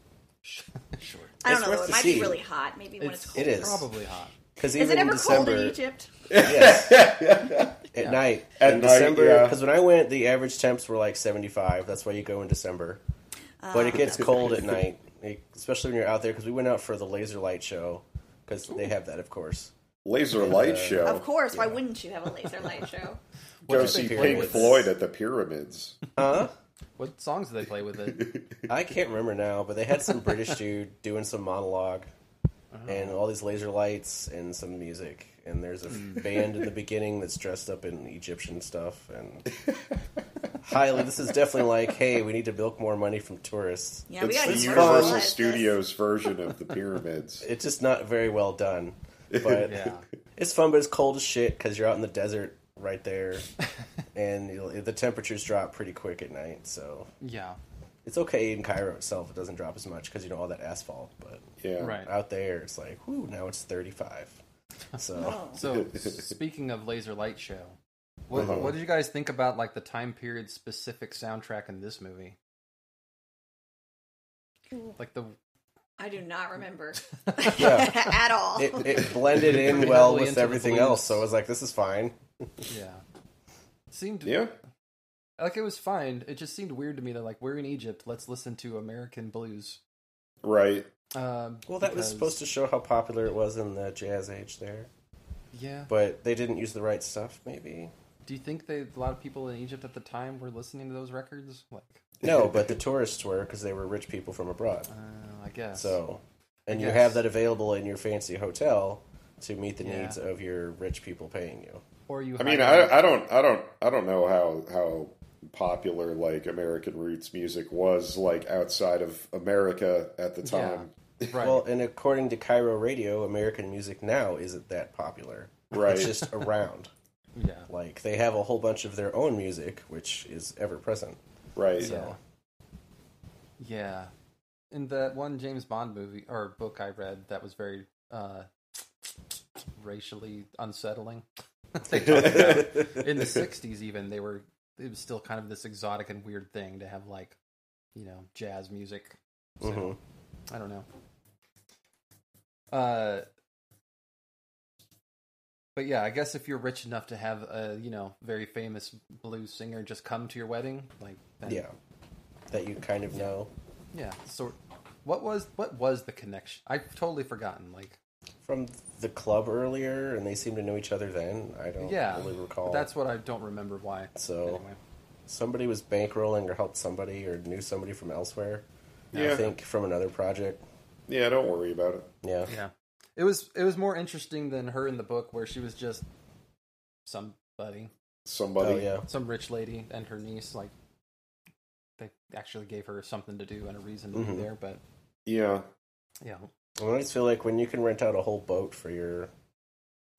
[LAUGHS] Sure. I don't It's know. worth Though. It to might see. be really hot. Maybe when it's, It's- cold. it is. Probably hot. Cause Is even it in ever December, cold in Egypt? [LAUGHS] Yes. At night. At in night, December. yeah. Because when I went, the average temps were like 75. That's why you go in December. but Uh, Uh-huh. it gets cold at night, like, especially when you're out there. Because we went out for the laser light show. Because they have that, of course. Laser light show. Of course. Why wouldn't you have a laser light [LAUGHS] show? Go What'd you see think, Pink Pyramids? Floyd at the pyramids. Huh? What songs do they play with [LAUGHS] it? I can't remember now, but they had some British dude doing some monologue. And all these laser lights and some music. And there's a f- band in the beginning that's dressed up in Egyptian stuff. And highly, this is definitely like, hey, we need to milk more money from tourists. Yeah, we It's got the to Universal Studios version of the pyramids. [LAUGHS] It's just not very well done. [LAUGHS] But Yeah. it's fun, but it's cold as shit because you're out in the desert right there, and you'll, the temperatures drop pretty quick at night. So Yeah. it's okay in Cairo itself; it doesn't drop as much because you know all that asphalt. But Yeah. Right. out there, it's like, whoo, now it's 35. [LAUGHS] So Oh. So speaking of laser light show, what, Uh-huh. what did you guys think about like the time period specific soundtrack in this movie? Like the [LAUGHS] I do not remember [LAUGHS] Yeah. [LAUGHS] at all. it, it blended in [LAUGHS] Pretty well heavily with into the everything blues. else. So I was like, this is fine. yeah seemed Yeah. like it was fine. It just seemed weird to me that like we're in Egypt, let's listen to American blues. Right. Um, Well, that was supposed to show how popular it was in the jazz age there, Yeah. but they didn't use the right stuff, maybe. Do you think they a lot of people in Egypt at the time were listening to those records? Like, No, but the tourists were because they were rich people from abroad. uh, I guess. So, and you Yes. have that available in your fancy hotel to meet the Yeah. needs of your rich people paying you. or you. I mean, hire- I, I don't, I don't, I don't know how how popular like American roots music was like outside of America at the Yeah. time. right. Well, and according to Cairo Radio, American music now isn't that popular. Right. It's just around. [LAUGHS] yeah. Like they have a whole bunch of their own music, which is ever present. Right. [LAUGHS] So Yeah. In that one James Bond movie or book I read that was very uh racially [LAUGHS] unsettling. They talked about- in the 60s even they were it was still kind of this exotic and weird thing to have like, you know, jazz music. So, mhm. I don't know. Uh but yeah, I guess if you're rich enough to have a, you know, very famous blues singer just come to your wedding, like then yeah, that you kind of know yeah. So, what was what was the connection? I've totally forgotten. Like, from the club earlier, and they seem to know each other then. I don't yeah, really but recall. that's what I don't remember why. So- anyway, somebody was bankrolling or helped somebody or knew somebody from elsewhere. I Yeah. think from another project. Yeah. Don't worry about it. Yeah. yeah, it was it was more interesting than her in the book where she was just somebody, Somebody. Oh yeah. some rich lady and her niece. Like, they actually gave her something to do and a reason to Mhm. be there. But yeah. yeah, I always feel like when you can rent out a whole boat for your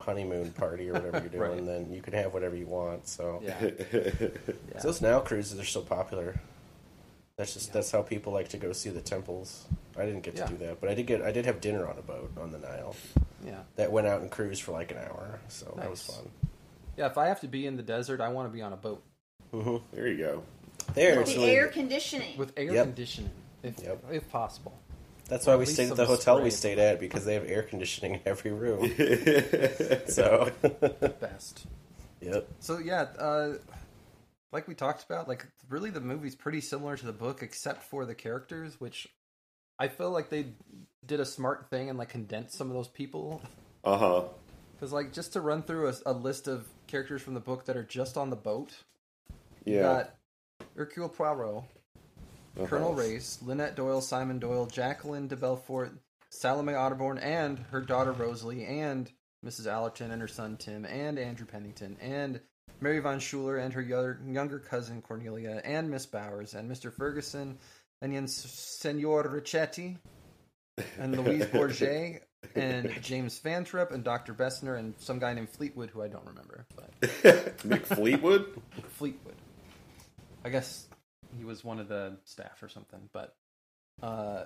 honeymoon party or whatever you're [LAUGHS] Right. doing, then you can have whatever you want. So yeah, [LAUGHS] yeah. those now cruises are so popular. That's just that's how people like to go see the temples. I didn't get to Yeah. do that, but I did get I did have dinner on a boat on the Nile yeah. that went out and cruised for like an hour, so that was Nice. fun. Yeah, If I have to be in the desert, I want to be on a boat [LAUGHS] there you go. There, With it's the really- air conditioning. with air Yep. conditioning, if Yep. if possible. that's why we at least stayed at the some hotel spray. we stayed at because they have air conditioning in [LAUGHS] every room. [LAUGHS] so, Best. yep. So yeah, uh, like we talked about, like really the movie's pretty similar to the book, except for the characters, which I feel like they did a smart thing and like condensed some of those people. Uh huh. Because like just to run through a, a list of characters from the book that are just on the boat, you Yeah. got Hercule Poirot, Uh-huh. Colonel Race, Lynette Doyle, Simon Doyle, Jacqueline de Belfort, Salome Otterborn, and her daughter Rosalie, and Mrs. Allerton and her son Tim, and Andrew Pennington, and Mary Von Schuler and her younger, younger cousin Cornelia, and Miss Bowers, and Mr. Ferguson, and then Senor Ricchetti, and Louise Bourget, and James Fantrip, and Dr. Bessner, and some guy named Fleetwood, who I don't remember, but [LAUGHS] Mick Fleetwood. Fleetwood. I guess he was one of the staff or something, but Uh,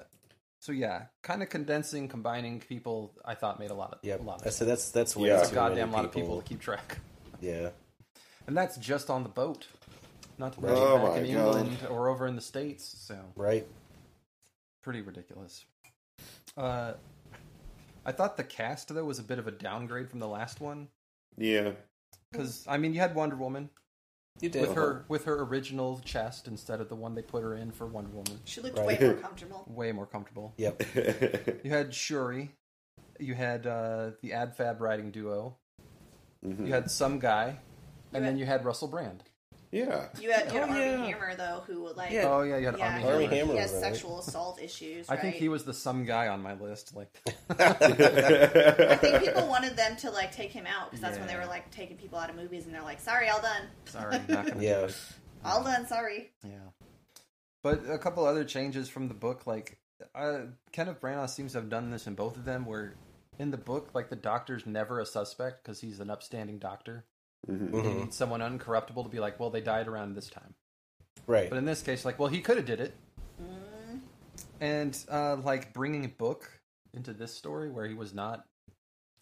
so yeah, kind of condensing, combining people. I thought made a lot of Yep. a lot I of said that's that's way Yeah. too It's a goddamn many lot of people to keep track. Yeah. And that's just on the boat, not to mention Oh back my in God. England or over in the states. So Right. pretty ridiculous. Uh, I thought the cast though was a bit of a downgrade from the last one Yeah. [LAUGHS] because I mean you had Wonder Woman You did. with her with her original chest instead of the one they put her in for Wonder Woman, She looked Right. way more comfortable. way more comfortable. Yep. Mhm. You had Shuri, you had uh, the Ad Fab writing duo, Mm-hmm. you had some guy, and then you had Russell Brand. [LAUGHS] yeah. You had, you had Oh, Army yeah. Hammer though, who would like Yeah. Oh yeah, you had Yeah, Army he, Armie like, Hammer. he Hammer has was in it. sexual assault issues. I Right? think he was the some guy on my list. Like I think [LAUGHS] people wanted them to like take him out because that's when they Yeah. were like taking people out of movies, and they're like, "Sorry, all done, Sorry, not gonna Yeah. do it. all done, sorry." Yeah. But a couple other changes from the book, like uh, Kenneth Branagh seems to have done this in both of them. Where in the book, like the doctor's never a suspect because he's an upstanding doctor. Mhm. You Mhm. need someone uncorruptible to be like, well, they died around this time. Right. But in this case, like, well, he could have did it. Mm, And uh, like bringing book into this story where he was not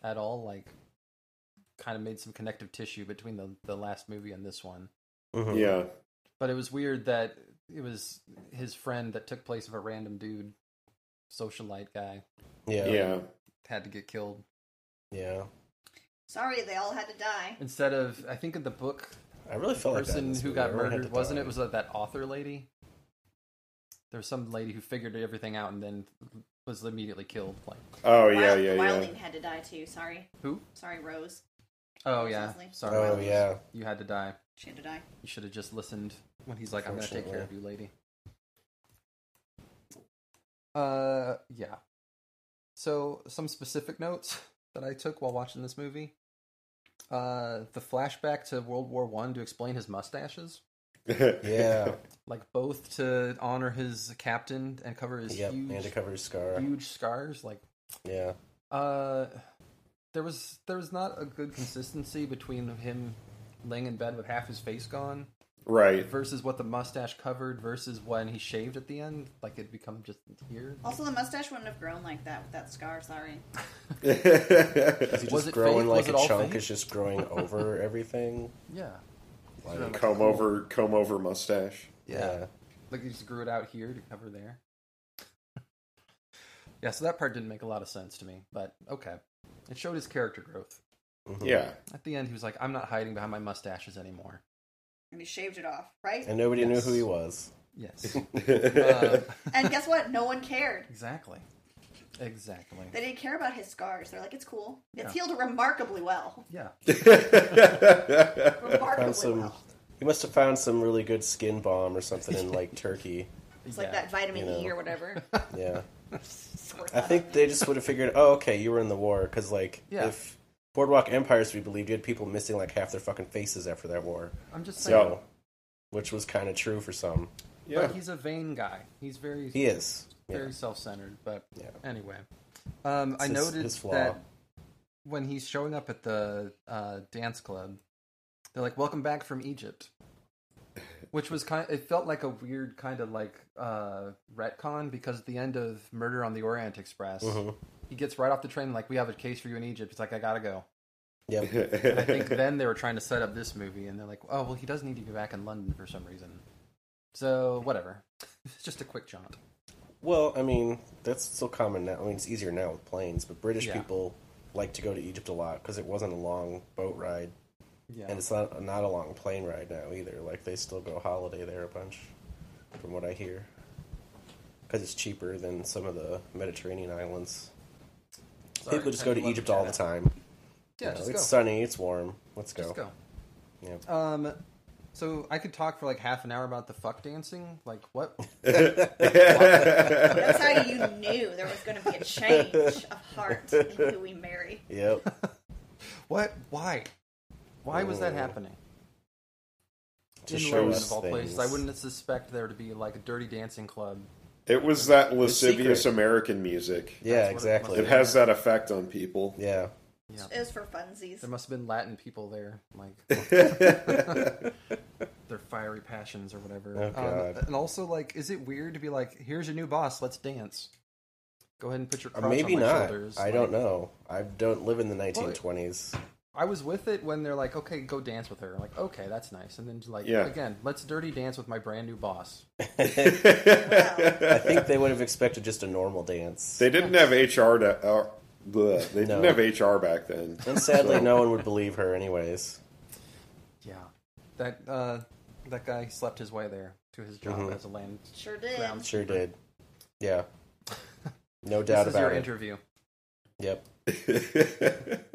at all like kind of made some connective tissue between the the last movie and this one. Mhm. [LAUGHS] Yeah. But it was weird that it was his friend that took place of a random dude, socialite guy, Yeah. Yeah. Yeah. had to get killed. sorry, they all had to die. Instead of, I think in the book, I really the felt like that in person this who movie. got Everyone had murdered to wasn't die. it? Was like that author lady? There was some lady who figured everything out and then was immediately killed. Like, Oh yeah. Wild- Yeah. Yeah. [LAUGHS] Wilding had to die too. Sorry, Who? Sorry, Rose. oh yeah, Leslie. sorry, Oh [LAUGHS] yeah. you had to die. She had to die. You should have just listened when he's like, "I'm gonna take care of you, lady." Uh, yeah. So some specific notes [LAUGHS] that I took while watching this movie: uh, the flashback to World War One to explain his mustaches, Yeah. like both to honor his captain and cover his Yep. huge, And to cover his scar. huge scars. Like, Yeah. uh, there was there was not a good consistency between him laying in bed with half his face gone [LAUGHS] right. [LAUGHS] versus what the mustache covered versus when he shaved at the end. Like it become just here. Also, the mustache wouldn't have grown like that with that scar. Sorry. Is he Was just it growing fake? like Was it all a chunk fake? is just [LAUGHS] growing over everything? Yeah, Like, Sort of like comb over. Comb over mustache. yeah. Like he just grew it out here to cover there. [LAUGHS] yeah, so that part didn't make a lot of sense to me, but okay. It showed his character growth. Mhm. Yeah. [LAUGHS] At the end, he was like, "I'm not hiding behind my mustaches anymore." And he shaved it off, right? And nobody Yes. knew who he was. [LAUGHS] Yes, Uh, and guess what? No one cared. exactly, exactly. They didn't care about his scars. They're like, it's cool. It's Yeah. healed remarkably well. Yeah, Remarkably [LAUGHS] Found some. well. He must have found some really good skin balm or something [LAUGHS] in like Turkey. It's like that vitamin you know. E or whatever. Yeah. It's worth I that. think they just would have figured, oh, okay, you were in the war, because like Yeah. if Boardwalk Empires we believed, you had people missing like half their fucking faces after that war, I'm just saying. so which was kind of true for some. yeah. But he's a vain guy. He's very He is, very yeah, self-centered. But Yeah. anyway, um, I his- noted his flaw. that when he's showing up at the uh, dance club, they're like, "Welcome back from Egypt," which was kind. it felt like a weird kind of like uh, retcon because at the end of Murder on the Orient Express, Mhm. he gets right off the train like, "We have a case for you in Egypt." He's like, "I gotta go." Yep. And [LAUGHS] I [LAUGHS] think then they were trying to set up this movie, and they're like, "Oh, well, he does need to be back in London for some reason." So whatever, [LAUGHS] it's just a quick jaunt. Well, I mean that's still common now. I mean it's easier now with planes, but British Yeah. people like to go to Egypt a lot because it wasn't a long boat ride, Yeah, and it's not not a long plane ride now either. Like they still go holiday there a bunch, from what I hear, because it's cheaper than some of the Mediterranean islands. Sorry, People just I go to love Egypt all the that. time. Yeah, You know, just it's go. sunny, it's warm. Let's go. Just go. Yep. Um, so I could talk for like half an hour about the fuck dancing. Like [LAUGHS] what? That's how you knew there was going to be a change of heart [LAUGHS] in who we marry. [LAUGHS] Yep. What? Why? Why was that Ooh. happening? To In show London, us of all places, things. I wouldn't suspect there to be like a dirty dancing club. it was that lascivious secret. American music. Yeah, That's what it exactly. It has that effect on people. yeah. Yeah, It was for funsies. [LAUGHS] there must have been Latin people there. Like they're fiery passions or whatever. Oh, Um, God. and also, like, is it weird to be like, "Here's your new boss. Let's dance." Go ahead and put your Or crotch Uh, maybe on my not. shoulders. I Like, don't know. I don't live in the 1920s. I was with it when they're like, "Okay, go dance with her." I'm like, okay, that's nice. And then just like, Yeah. again, let's dirty dance with my brand new boss. [LAUGHS] I think they would have expected just a normal dance. They didn't have HR to. Uh, bleh. They didn't No. have HR back then. And sadly, So- no one would believe her, anyways. Yeah, that uh, that guy slept his way there to his job Mhm. as a land. Sure did. Grounds. Sure did. Yeah. No doubt This is about your it. interview. yep.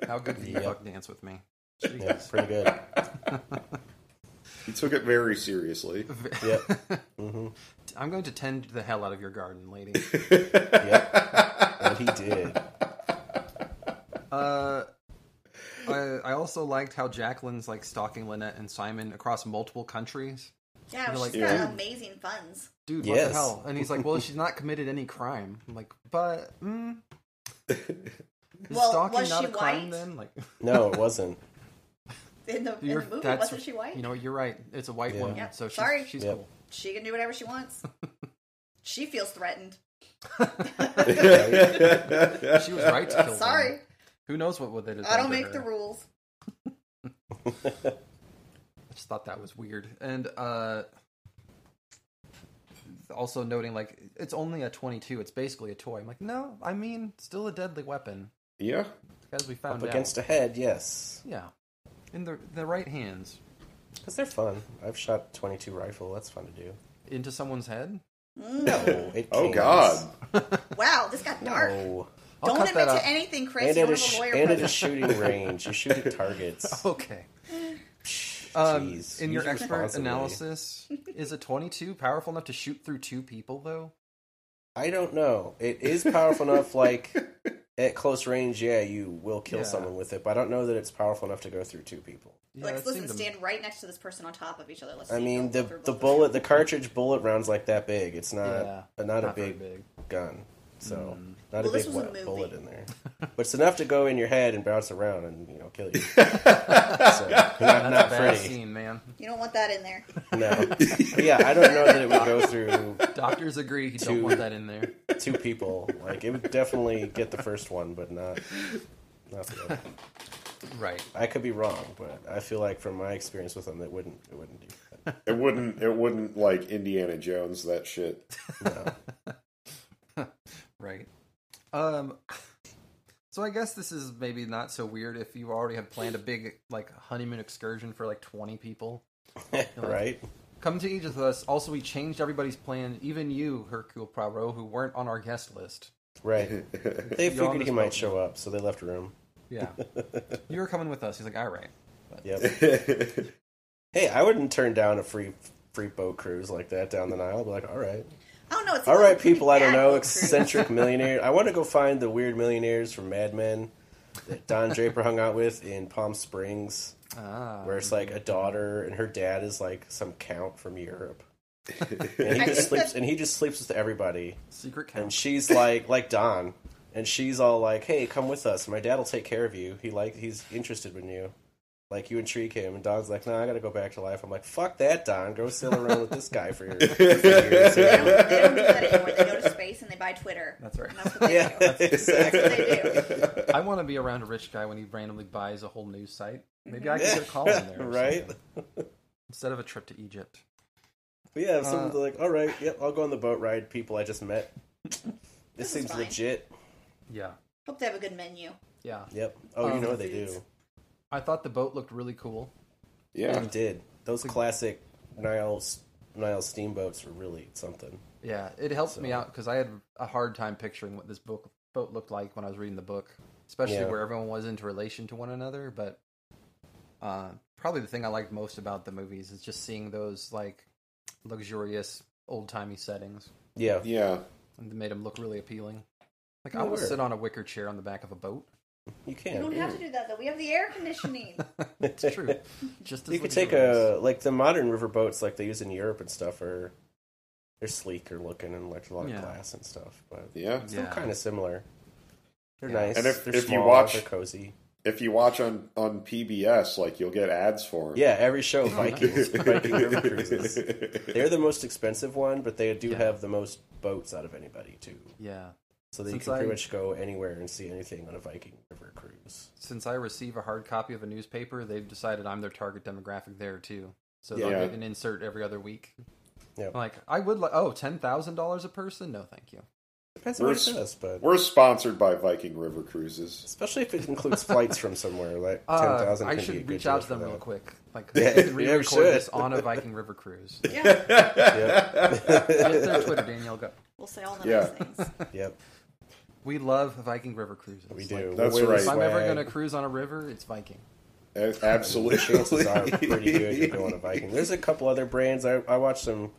How good can you [LAUGHS] Yep. fuck dance with me? Yeah, Jeez. pretty good. [LAUGHS] he took it very seriously. [LAUGHS] Yep. hmm I'm going to tend the hell out of your garden, [LAUGHS] lady. [LAUGHS] Yep. And he did. Uh, I, I also liked how Jacqueline's like stalking Lynette and Simon across multiple countries. Yeah, You're she's like, got "Dude." amazing funds. Dude, what the Yes. hell? And he's like, [LAUGHS] "Well, she's not committed any crime." I'm like, but mm, is [LAUGHS] Well, stalking was not she a crime white? then? Like, No, it wasn't. [LAUGHS] In the, in the [LAUGHS] you're- movie, that's- wasn't she white? You know, you're right. It's a white Yeah. woman, Yep. so she's, Sorry. she's Yep. cool. she can do whatever she [LAUGHS] wants. she feels threatened. She was [LAUGHS] right to kill. Sorry, Them. Who knows what with it is? I don't done to make her. the rules. I just thought that was weird. And uh also noting like it's only a 22. It's basically a toy. I'm like, "No, I mean, still a deadly weapon." yeah. As we found Up out. against a head, yes. yeah. In the the right hands Because they're fun. I've shot 22 rifle. That's fun to do. into someone's head. No, it Oh can't. God. Wow, this got dark. No. I'll Don't cut admit that to out. anything, Chris. And You're one at, a of the sh- lawyer and at a pros. shooting range. You [LAUGHS] shoot at targets. Oh. Okay. Um, Jeez. in your Use expert responsibly. analysis, is a 22 powerful enough to shoot through two people though? I don't know. It is powerful enough, like at close range, yeah, you will kill Yeah. someone with it, but I don't know that it's powerful enough to go through two people. Yeah, Like, it listen, seemed- stand right next to this person on top of each other. Let's I see mean if the they'll throw the both bullet the cartridge bullet rounds like that big. It's not Yeah. uh, not, a Not very Mm. big, gun. So not Well, a this was big a wet movie. bullet [LAUGHS] in there. But it's enough to go in your head and bounce around and you know kill you. so, not That's not a bad pretty. scene, man. You don't want that in [LAUGHS] there. No. But yeah, I don't know that it would go through Doctors agree you don't want that in there. two people. Like it would definitely get the first one, but not not the other. Right. I could be wrong, but I feel like from my experience with them, it wouldn't it wouldn't do that. It wouldn't. It wouldn't like Indiana Jones that shit. [LAUGHS] Right. Um [LAUGHS] so I guess this is maybe not so weird if you already had planned a big like honeymoon excursion for like 20 people. right? Come to each of us. Also, we changed everybody's plan, even you, Hercule Poirot, who weren't on our guest list. Right. They You're on figured this he boat might show up, so they left room. Yeah. [LAUGHS] you were coming with us. He's like, "All right." Yep. hey, I wouldn't turn down a free free boat cruise like that down the Nile. I'd be like, all right, I don't know. Oh, It's all right, people. I don't know, eccentric millionaire. I want to go find the weird millionaires from Mad Men that Don Draper hung out with in Palm Springs, Ah. where it's like a daughter and her dad is like some count from Europe. and I he just think sleeps that- and he just sleeps with everybody. Secret and count. she's like like Don, and she's all like, "Hey, come with us. My dad will take care of you. He like he's interested in you. Like you intrigue him." And Don's like, "No, I got to go back to life." I'm like, "Fuck that, Don. Go sail around with this guy for your." for They years." [LAUGHS] don't, they don't do that anymore. They [LAUGHS] go to space and they buy Twitter. That's right. And that's what they Yeah, do. [LAUGHS] exactly. That's what they do. I want to be around a rich guy when he randomly buys a whole news site. Maybe I can get [LAUGHS] a column there, or right? something, Instead of a trip to Egypt. But yeah, someone's like, "All right, yep, I'll go on the boat ride." People I just met. This is seems fine. legit. Yeah. Hope they have a good menu. Yeah. Yep. Oh, you Um, know they Foods. do. I thought the boat looked really cool. They yeah. did. Those classic Nile Nile steamboats were really something. Yeah, it helped me out because I had a hard time picturing what this book boat looked like when I was reading the book, especially Yeah. where everyone was into relation to one another. But uh, probably the thing I liked most about the movies is just seeing those like luxurious old timey settings, Yeah. Yeah. and they made them look really appealing. Like I They would were. sit on a wicker chair on the back of a boat. [LAUGHS] You We can. [LAUGHS] don't have to do that though. We have the air conditioning. It's true. just as you could take luxurious. a like the modern riverboats like they use in Europe and stuff are they're sleeker looking and like a lot of Yeah. glass and stuff, but Yeah. still Yeah. kind of similar. They're Yeah. nice. And if- they're if you small, watch- they're cozy. If you watch on on PBS, like you'll get ads for him. Yeah, every [LAUGHS] show [LAUGHS] Vikings, Viking river cruises. They're the most expensive one, but they do Yeah. have the most boats out of anybody too. Yeah. So that you Since can pretty I- much go anywhere and see anything on a Viking river cruise. Since I receive a hard copy of a newspaper, they've decided I'm their target demographic there too. So they'll Yeah. make an insert every other week. Yeah. I'm like, I would like, oh, $10,000 a person? No, thank you. Depends on what it We're s- says, but We're sponsored by Viking River Cruises. especially if it includes flights from somewhere, like ten [LAUGHS] Uh, thousand. I can be a should good reach out deal to them for real that. quick. Like, [LAUGHS] Yeah, we can you re-record should. this on a [LAUGHS] Viking River cruise. Yeah, [LAUGHS] Get their Twitter, Danielle. Go. we'll say all the Yeah. nice things. Yep, We love Viking River cruises. we Like, do. We'll That's wear the right. if I'm ever swag. going to cruise on a river, it's Viking. A- chances are pretty good Absolutely. you're going to Viking. There's a couple other brands. I, I watched some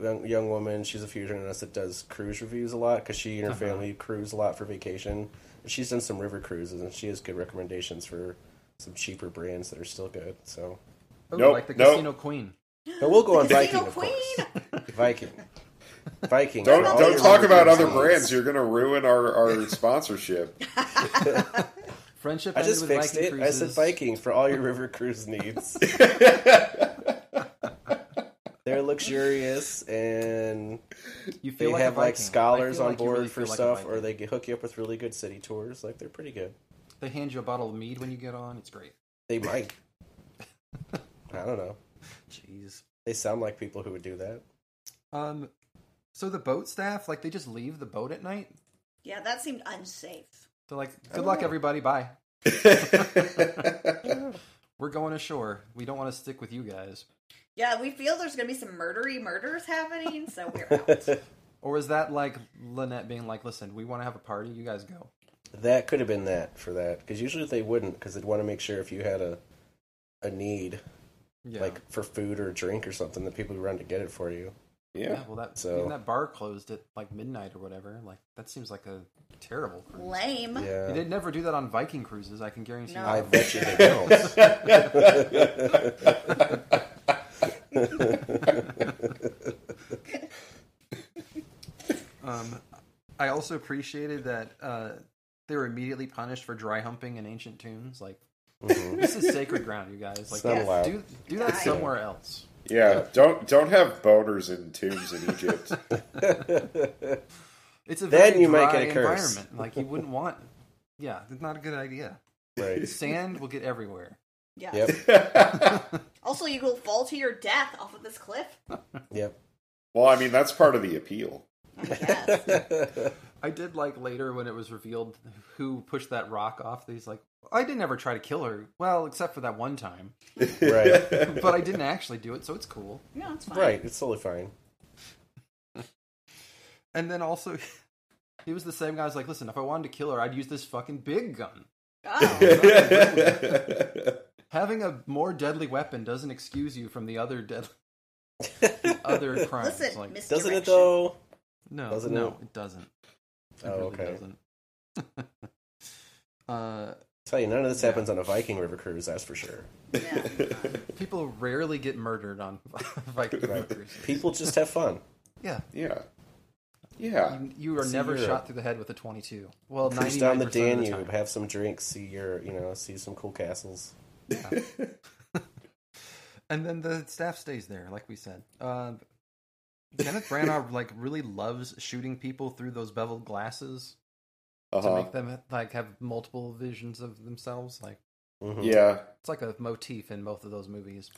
young, young woman. She's a few journalist that does cruise reviews a lot because she and her family cruise a lot for vacation. And she's done some river cruises and she has good recommendations for some cheaper brands that are still good. So, Oh, Nope, like the nope. Casino Queen. but we'll go on Viking, Casino of course. Queen. Viking, Viking. Don't All don't your talk river about cruise other needs. brands. You're gonna ruin our, [LAUGHS] our sponsorship. [LAUGHS] Friendship I ended just with fixed Viking it. cruises. I said Viking for all your river cruise needs. They're luxurious and You they feel like a have like Viking. I scholars feel on like you board really for feel like a stuff, or Viking. they hook you up with really good city tours. Like they're pretty good. They hand you a bottle of mead when you get on. It's great. [LAUGHS] They might. I don't know. Jeez. They sound like people who would do that. Um, so the boat staff, like, they just leave the boat at night. Yeah, that seemed unsafe. They're like, "Good luck, Oh. everybody. Bye. We're going ashore. We don't want to stick with you guys." Yeah, we feel there's gonna be some murdery murders happening, so [LAUGHS] we're out. Or is that like Lynette being like, "Listen, we want to have a party. You guys go." That could have been that for that because usually they wouldn't because they'd want to make sure if you had a a need Yeah. like for food or drink or something that people would run to get it for you. yeah. yeah. Well, that So- even that bar closed at like midnight or whatever. Like that seems like a terrible. Cruise. Lame. Yeah, They'd never do that on Viking cruises. I can guarantee. No. you. I bet you they [LAUGHS] don't. Um, I also appreciated that uh, they were immediately punished for dry humping in ancient tombs. Like Mm-hmm. this is sacred ground, you guys. Like not allowed. do do that Right. somewhere else. Yeah. Don't don't have boners in tombs in Egypt. [LAUGHS] It's a Then very you dry make it a curse. environment. Like you wouldn't want. Yeah, it's not a good idea. right. Sand will get everywhere. Yeah. Yep. Also, you will fall to your death off of this [LAUGHS] cliff. [LAUGHS] Yep. Well, I mean that's part of the appeal. [LAUGHS] I guess. I did like later when it was revealed who pushed that rock off. He's like, I didn't ever try to kill her. Well, except for that one time, Right. but I didn't actually do it, so it's cool. No, it's fine. Right. It's totally fine. And then also, [LAUGHS] he was the same guy. who's like, listen, if I wanted to kill her, I'd use this fucking big gun. [LAUGHS] Oh, Having a more deadly weapon doesn't excuse you from the other dead, [LAUGHS] other crimes. listen, like, misdirection. Doesn't it though? no, doesn't no, it? it, doesn't. It Oh, really okay. doesn't. [LAUGHS] uh, Tell you, none of this happens on a Viking River cruise. That's for sure. [LAUGHS] Yeah. people rarely get murdered on [LAUGHS] Viking Right. cruises. People just have fun. Yeah, yeah. Yeah. you, you are See never Europe. shot through the head with a twenty-two. Well, Cruise ninety down the Of the Danube, time. have some drinks, see your, you know, see some cool castles. and then the staff stays there, like we said. Um, Kenneth Branagh [LAUGHS] like really loves shooting people through those beveled glasses to Uh-huh. make them like have multiple visions of themselves. Like Mhm. Yeah. it's like a motif in both of those movies.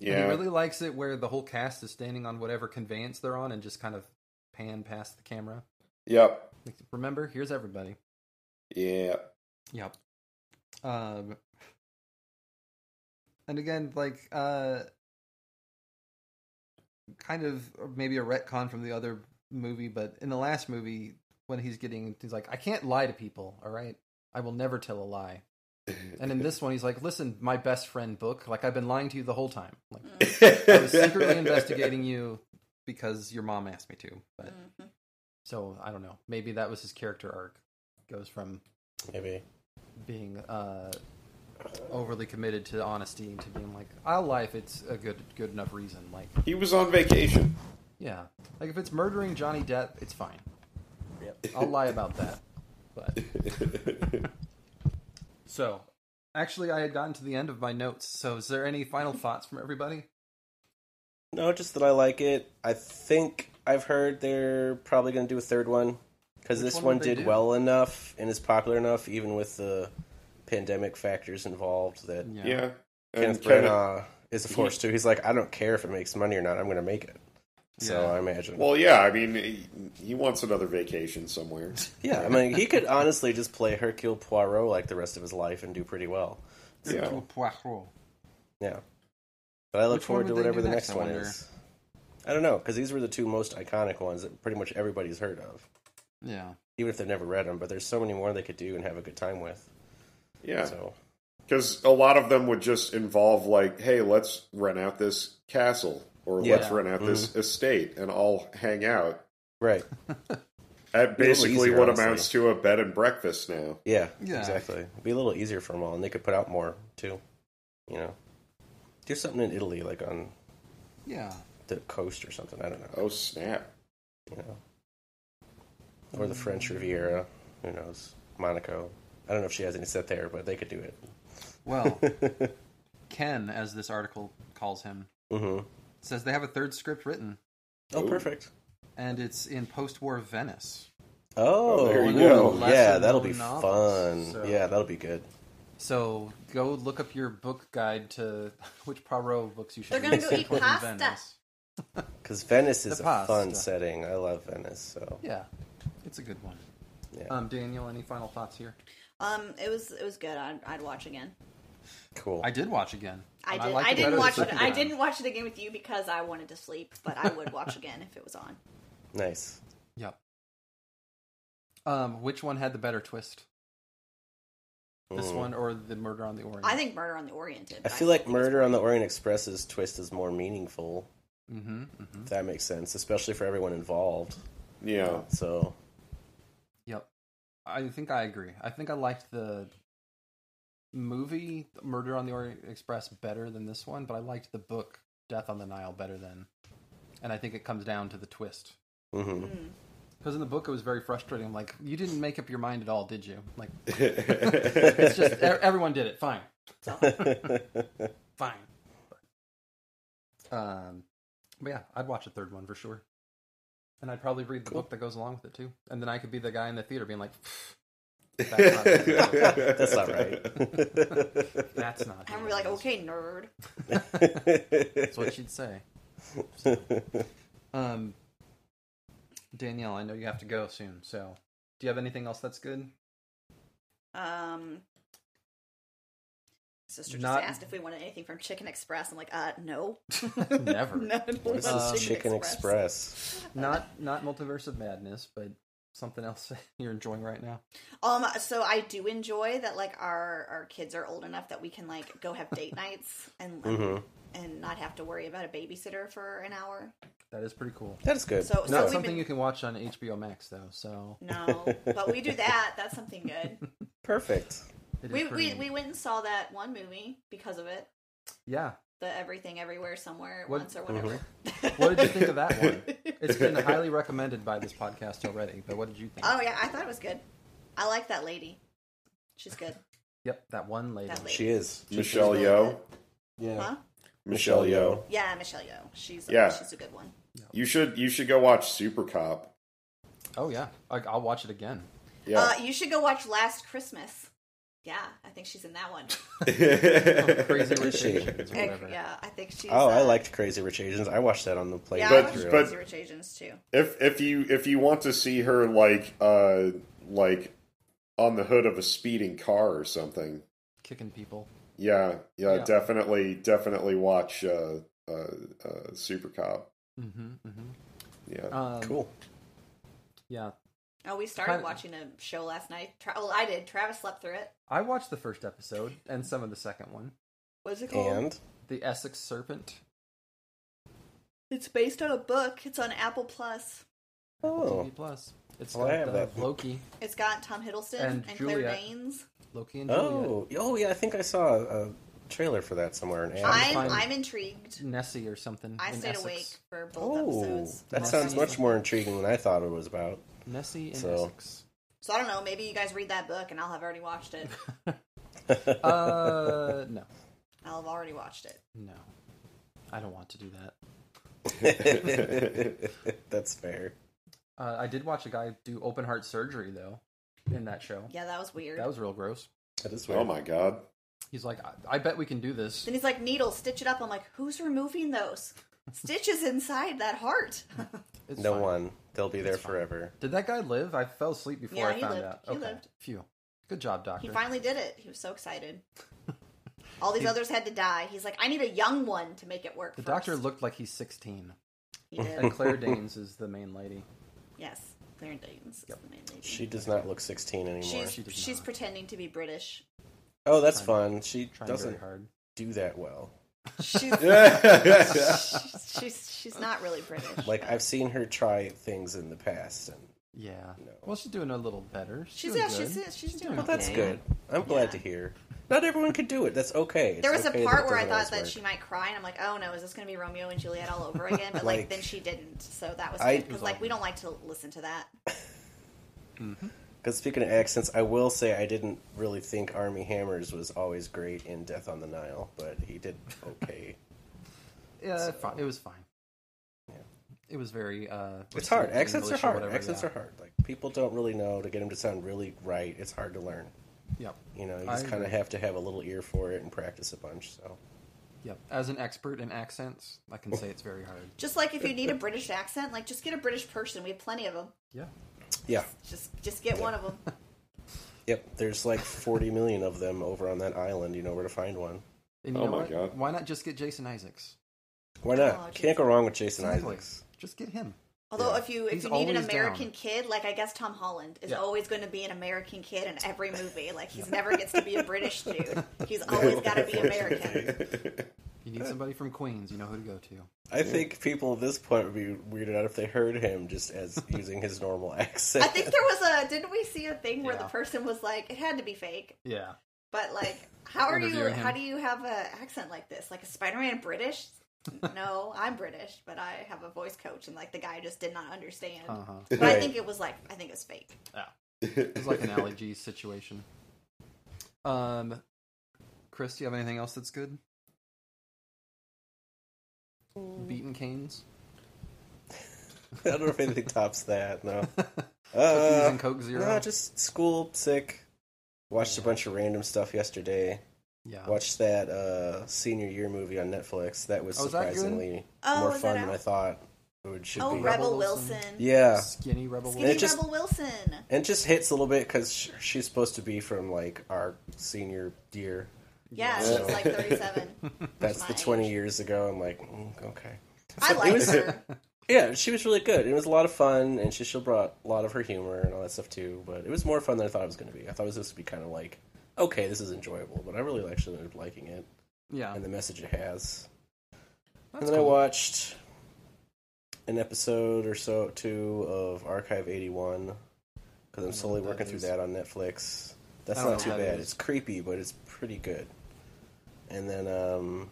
And Yeah. he really likes it where the whole cast is standing on whatever conveyance they're on and just kind of pan past the camera. Yep. Like, remember, here's everybody. Yeah. Yep. Um and again, like uh kind of maybe a retcon from the other movie, but in the last movie when he's getting he's like, I can't lie to people, all right? I will never tell a lie. And in this one he's like, Listen, my best friend book, like I've been lying to you the whole time. Like I [LAUGHS] was secretly investigating you because your mom asked me to. But Mhm. so I don't know. Maybe that was his character arc. Goes from Maybe. being uh, overly committed to honesty to being like I'll lie if it's a good good enough reason. Like He was on vacation. yeah, like if it's murdering Johnny Depp, it's fine. Yep. I'll lie about that. But so Actually, I had gotten to the end of my notes. So, is there any final thoughts from everybody? No, just that I like it. I think I've heard they're probably going to do a third one because Which this one one, would they did do? well enough and is popular enough, even with the pandemic factors involved, that Yeah. And Kenneth Kenneth, Branagh is forced to. He's like, I don't care if it makes money or not. I'm going to make it. So Yeah. I imagine. well, yeah, I mean, he, he wants another vacation somewhere. [LAUGHS] yeah, I mean, he could honestly just play Hercule Poirot like the rest of his life and do pretty well. yeah. Yeah. But I look Which one forward to would they whatever do the next, next I one wonder? is. I don't know, because these were the two most iconic ones that pretty much everybody's heard of, Yeah. even if they've never read them. But there's so many more they could do and have a good time with. Yeah. So Because a lot of them would just involve, like, hey, let's rent out this castle or let's Yeah. Mm-hmm. rent out this estate and I'll hang out right, at Be a little basically easier, what honestly. amounts to a bed and breakfast now. yeah, [LAUGHS] Yeah. exactly. It'd be a little easier for them all, and they could put out more too. You know, do something in Italy, like on Yeah. the coast or something. I don't know. Oh, snap. You know, or the French Mm. Riviera. Who knows? Monaco. I don't know if she has any set there, but they could do Well, it. Ken, as this article calls him, hmm says they have a third script written, Oh, Ooh. perfect. and it's in post-war Venice. Oh, there you ooh, go. yeah, Lesser-known that'll be novels, fun. so- Yeah, that'll be good. So go look up your book guide to [LAUGHS] which Poirot books you should. They're read gonna go eat in pasta. Venice. Because Venice is The a pasta. fun setting. I love Venice. So Yeah, it's a good one. Yeah. Um, Daniel, any final thoughts here? Um, it was it was good. I'd, I'd watch again. cool. I did watch again. I And did. I, liked it better didn't the watch it. second I time. didn't watch it again with you because I wanted to sleep, but I would watch again if it was on. nice. Yep. Um, which one had the better twist? This Mm. one or the Murder on the Orient? I think Murder on the Orient. did, I but feel like Murder on the Orient Express's twist is more meaningful. Mm-hmm, mm-hmm. If that makes sense, especially for everyone involved. Yeah. So Yep. I think I agree. I think I liked the movie Murder on the Orient Express better than this one, but I liked the book Death on the Nile better than. And I think it comes down to the twist. hmm Because in the book, it was very frustrating. Like, you didn't make up your mind at all, did you? Like, it's it's just e- everyone did it. Fine. Fine. Um, but yeah, I'd watch a third one for sure. And I'd probably read the book that goes along with it too. And then I could be the guy in the theater being like, Mm. that's [LAUGHS] not [LAUGHS] right. that's not. I'm how gonna be it like, is." okay, nerd. That's what she'd say. Um, Danielle, I know you have to go soon, so do you have anything else that's good? Um, sister just Not- asked if we wanted anything from Chicken Express. I'm like, uh, no, [LAUGHS] Never. no. I don't what want is [LAUGHS] Um, this Chicken Express? Not not multiverse of madness, but something else [LAUGHS] that you're enjoying right now. Um, so I do enjoy that. Like our our kids are old enough that we can like go have date nights and Mhm. and not have to worry about a babysitter for an hour. That is pretty cool. That is good. So- so Not we've something been- you can watch on HBO Max though, so No, but we do that. That's something [LAUGHS] good. perfect. it is We, we pretty- we went and saw that one movie because of it. yeah. The Everything Everywhere Somewhere at What- once or whatever. Mm-hmm. What did you think of [LAUGHS] that one? It's been highly recommended by this podcast already, but what did you think? Oh yeah, I thought it was good. I like that lady. She's good. yep, that one lady. That lady. She is. Michelle Yeoh. Yeah. Huh? Michelle Yeoh. Yeah, Michelle Yeoh. She's Yeah. she's a good one. You should you should go watch Super Cop. Oh yeah. I I'll watch [LAUGHS] it again. Yeah. [LAUGHS] Uh, you should go watch Last Christmas. Yeah, I think she's in that [LAUGHS] one. [LAUGHS] Crazy Is she? Rich or whatever. yeah, I think she's. Oh, I uh, liked Crazy Rich Asians. I watched that on the plane. Yeah, But- I watched through. but- Crazy Rich Asians too. if if you if you want to see her like uh like on the hood of a speeding car or something, Kicking people. yeah, yeah, Yeah. definitely definitely watch uh, uh, uh, Super Cop. Mm-hmm. mm-hmm. Yeah, Um, cool. Yeah, Oh, we started Kinda- watching a show last night. Tra- well, I did. Travis slept through it. I watched the first episode and some of the second one. What's it called? And The Essex Serpent. It's based on a book. It's on Apple Plus. oh, TV Plus. It's Well, I got have uh, that. Loki, It's got Tom Hiddleston And and, Claire Juliet. Danes. Loki and Juliet. oh, oh yeah. I think I saw a, a trailer for that somewhere. An ad. I'm fine. I'm intrigued. Nessie or something. I in stayed Essex. awake for both oh, episodes. that Nice. sounds much more intriguing than I thought it [LAUGHS] was about. [LAUGHS] Nessie in So- Essex. [LAUGHS] [LAUGHS] So I don't know. Maybe you guys read that book, and I'll have already watched it. Uh, no, I'll have already watched it. no, I don't want to do that. Oh. [LAUGHS] That's fair. Uh, I did watch a guy do open heart surgery though in that show. Yeah, that was weird. That was real gross. That is [LAUGHS] weird. oh my god. He's like, I, I bet we can do this. then he's like, needle, stitch it up. I'm like, who's removing those? Stitches inside that heart. It's no fine. one. They'll be there It's fine. forever. Did that guy live? I fell asleep before Yeah, I he found lived. out. He okay. lived. Phew. Good job, [LAUGHS] doctor. he finally did it. He was so excited. All these others had to die. He's like, I need a young one to make it work. the first." doctor looked like he's 16. He did. And [LAUGHS] Claire Danes is the main lady. yes, Claire Danes is the main lady. She does not look 16 anymore. she's She does she's not. pretending to be British. oh, that's Trying- fun. She Trying very doesn't hard. do that well. She's yeah. she's, she's she's not really British. Like I've seen her try things in the past, and Yeah. No. Well, she's doing a little better. She's doing yeah, she's good. she's, doing. well, that's okay. good. I'm glad to hear. Not everyone could do it. That's okay. It's There was okay a that part it where I doesn't thought always that work. she might cry, and I'm like, "Oh no, is this going to be Romeo and Juliet all over again?" But like, Like- then she didn't, so that was I- good because like we don't like to listen to that. Because speaking of accents, I will say I didn't really think Army Hammers was always great in Death on the Nile, but he did okay. Yeah, so- fi- it was fine. Yeah. It [LAUGHS] was very. Uh, it's hard. restricted Accents English are or hard. whatever, accents yeah. are hard. Like people don't really know to get them to sound really right. It's hard to learn. Yep. You know, you I just kind of agree. have to have a little ear for it and practice a bunch. So Yep. As an expert in accents, I can Oh. say it's very hard. Just like if you need a British accent, like just get a British person. We have plenty of them. Yeah. yeah, Just just get one of them. yep. There's like 40 million of them over on that island. You know where to find one. And you Oh know my what? God. Why not just get Jason Isaacs? Why Oh, not? Can't go wrong with Jason Exactly. Isaacs. Just get him. Although Yeah. if you if He's you need an always American down. kid, like I guess Tom Holland is Yeah. always going to be an American kid in every movie. Like he's never gets to be a British dude. He's always got to be American. You need somebody from Queens. You know who to go to. I think people at this point would be weirded out if they heard him just as using his normal accent. I [LAUGHS] think there was a didn't we see a thing where the Yeah. person was like it had to be fake, Yeah. but like how are you Interviewing him. how do you have an accent like this? Like a Spider-Man British? No, I'm British, but I have a voice coach and like the guy just did not understand. Uh huh. But I Right. think it was like I think it was fake. It's like an allergy [LAUGHS] situation. Um, Chris, do you have anything else that's good? Beaten canes, [LAUGHS] I don't know if anything tops that. No. cookies, Uh, and Coke Zero. no, Uh, just school sick. Watched a bunch of random stuff yesterday. yeah, Watched that uh, senior year movie on Netflix. That was Oh, is that good? surprisingly Oh, more is that fun than out? I thought it would should Oh, be. Rebel, Rebel Wilson. Wilson. Yeah, skinny rebel. Skinny It just- Rebel Wilson. and it just hits a little bit because sh- she's supposed to be from like our senior year. Yeah, Yeah. she's like 37. [LAUGHS] That's My the age. twenty years ago. I'm like, mm, okay. I like was- [LAUGHS] her. Yeah, she was really good. It was a lot of fun, and she still brought a lot of her humor and all that stuff too. But it was more fun than I thought it was going to be. I thought it was supposed to be kind of like, okay, this is enjoyable, but I really actually ended up liking it [LAUGHS] yeah, and the message it has. that's and then cool. I watched an episode or so two of Archive eighty one because I don't know I'm slowly what that working through is. that on Netflix. That's I don't not know too what that bad. is. It's creepy, but it's pretty good. And then um,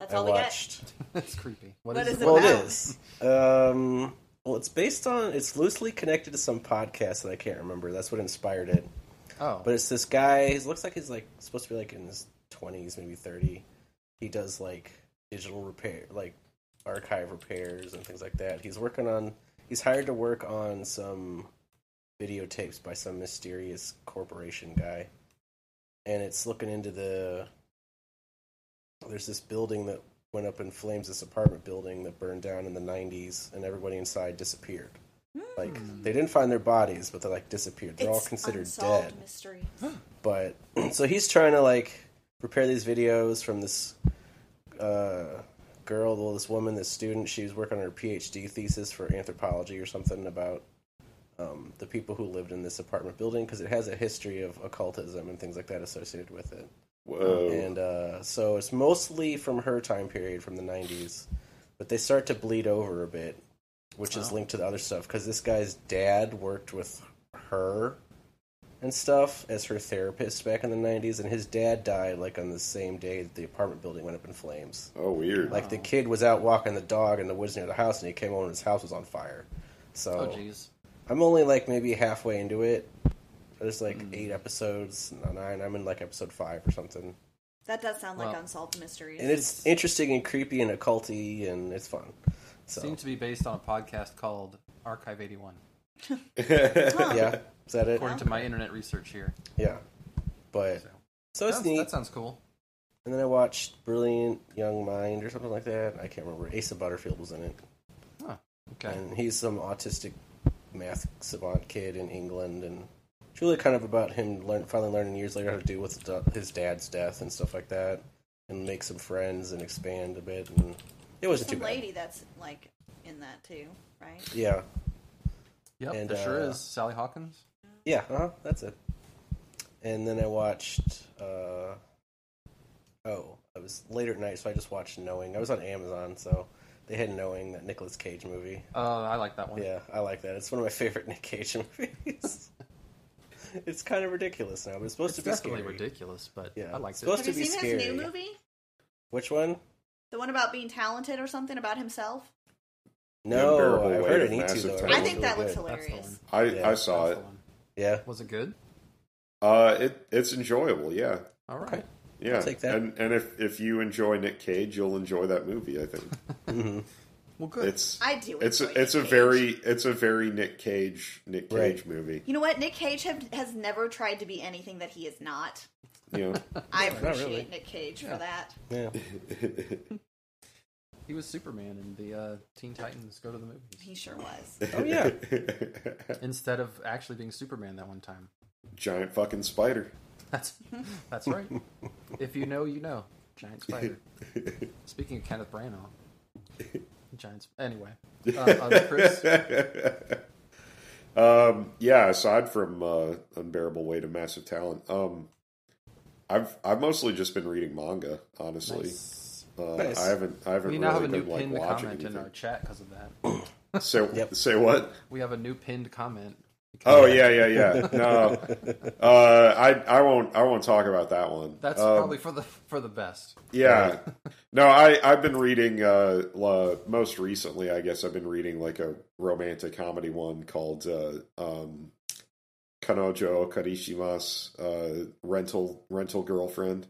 That's I all we got. watched. [LAUGHS] that's creepy. What is it? it Well, about? it is. Um, well, it's based on. It's loosely connected to some podcast that I can't remember. That's what inspired it. Oh, But it's this guy. He looks like he's like supposed to be like in his twenties, maybe thirty. He does like digital repair, like archive repairs and things like that. He's working on. He's hired to work on some videotapes by some mysterious corporation guy, and it's looking into the. There's this building that went up in flames. This apartment building that burned down in the '90s, and everybody inside disappeared. Like they didn't find their bodies, but they like disappeared. They're all Hmm. It's considered unsolved dead mystery. but [CLEARS THROAT] so he's trying to like prepare these videos from this uh, girl, well, this woman, this student. She was working on her PhD thesis for anthropology or something about um, the people who lived in this apartment building because it has a history of occultism and things like that associated with it. [LAUGHS] Whoa. Oh. And uh, so it's mostly from her time period, from the 90s, but they start to bleed over a bit, which is Wow. linked to the other stuff because this guy's dad worked with her and stuff as her therapist back in the 90s, and his dad died like on the same day that the apartment building went up in flames. Oh, weird. Like the kid was out walking the dog in the woods near the house, and he came home and his house was on fire. So oh, jeez. I'm only like maybe halfway into it There's like Hmm. eight episodes, no, nine. I'm in like episode five or something, That does sound like Wow. unsolved mysteries. and it's interesting and creepy and occulty and it's fun. So Seems to be based on a podcast called Archive 81, [LAUGHS] yeah, is that it? according to my internet research here. Yeah, but So. so it's That's- neat. that sounds cool. And then I watched Brilliant Young Mind or something like that. I can't remember. Asa Butterfield was in it. Okay. And he's some autistic math savant kid in England. And it's really kind of about him learn, finally learning years later how to deal with the- his dad's death and stuff like that. And make some friends and expand a bit. And it wasn't Some too lady that's like in that too, right? bad. Yeah. Yep, and, there sure uh, is. Sally Hawkins. Yeah, uh-huh, that's it. And then I watched. Uh, oh, I was later at night, so I just watched Knowing. I was on Amazon, so they had Knowing, that Nicolas Cage movie. Oh, I like that one. Yeah, I like that. It's one of my favorite [LAUGHS] Nick Cage [LAUGHS] movies. it's kind of ridiculous now, but it's supposed It's to be definitely scary. ridiculous, but Yeah. I liked Supposed it. Have you to be seen his scary. new movie? Which one? The one about being talented or something about himself? No, Unbearable I've Weight heard E I of need to. Massive Though. Talent. I think that looks good. That's the hilarious. one. [LAUGHS] I Yeah, I saw That's it. the one. Yeah, Was it good? Uh, it it's enjoyable. Yeah, All right. Okay. yeah. I'll take that. And and if if you enjoy Nick Cage, you'll enjoy that movie. [LAUGHS] I think Well, good. it's I do. it's enjoy a, it's Nick a Cage. very it's a very Nick Cage Nick Right. Cage movie. You know what? Nick Cage have, has never tried to be anything that he is not. You know. I appreciate really. Nick Cage Yeah. for that. yeah. [LAUGHS] he was Superman in the uh, Teen Titans Go to the Movies He sure was. [LAUGHS] Oh yeah, instead of actually being Superman that one time. [LAUGHS] Giant fucking spider. That's that's right. if you know, you know. Giant spider. Speaking of Kenneth Branagh, giant. sp- Anyway, [LAUGHS] uh, uh, Chris, yeah, aside from uh, unbearable weight of massive talent, um, I've I've mostly just been reading manga. Honestly, uh, Nice. I haven't I haven't really we now have a new been like pinned watching comment in anything. our chat because of that. Say Yep. say [LAUGHS] what? We have a new pinned comment. Oh yeah yeah yeah no, uh, I I won't I won't talk about that one. That's Um, probably for the for the best. Yeah. No, I I've been reading uh la- most recently, I guess I've been reading like a romantic comedy one called uh um Kanojo Karishima's uh rental rental girlfriend.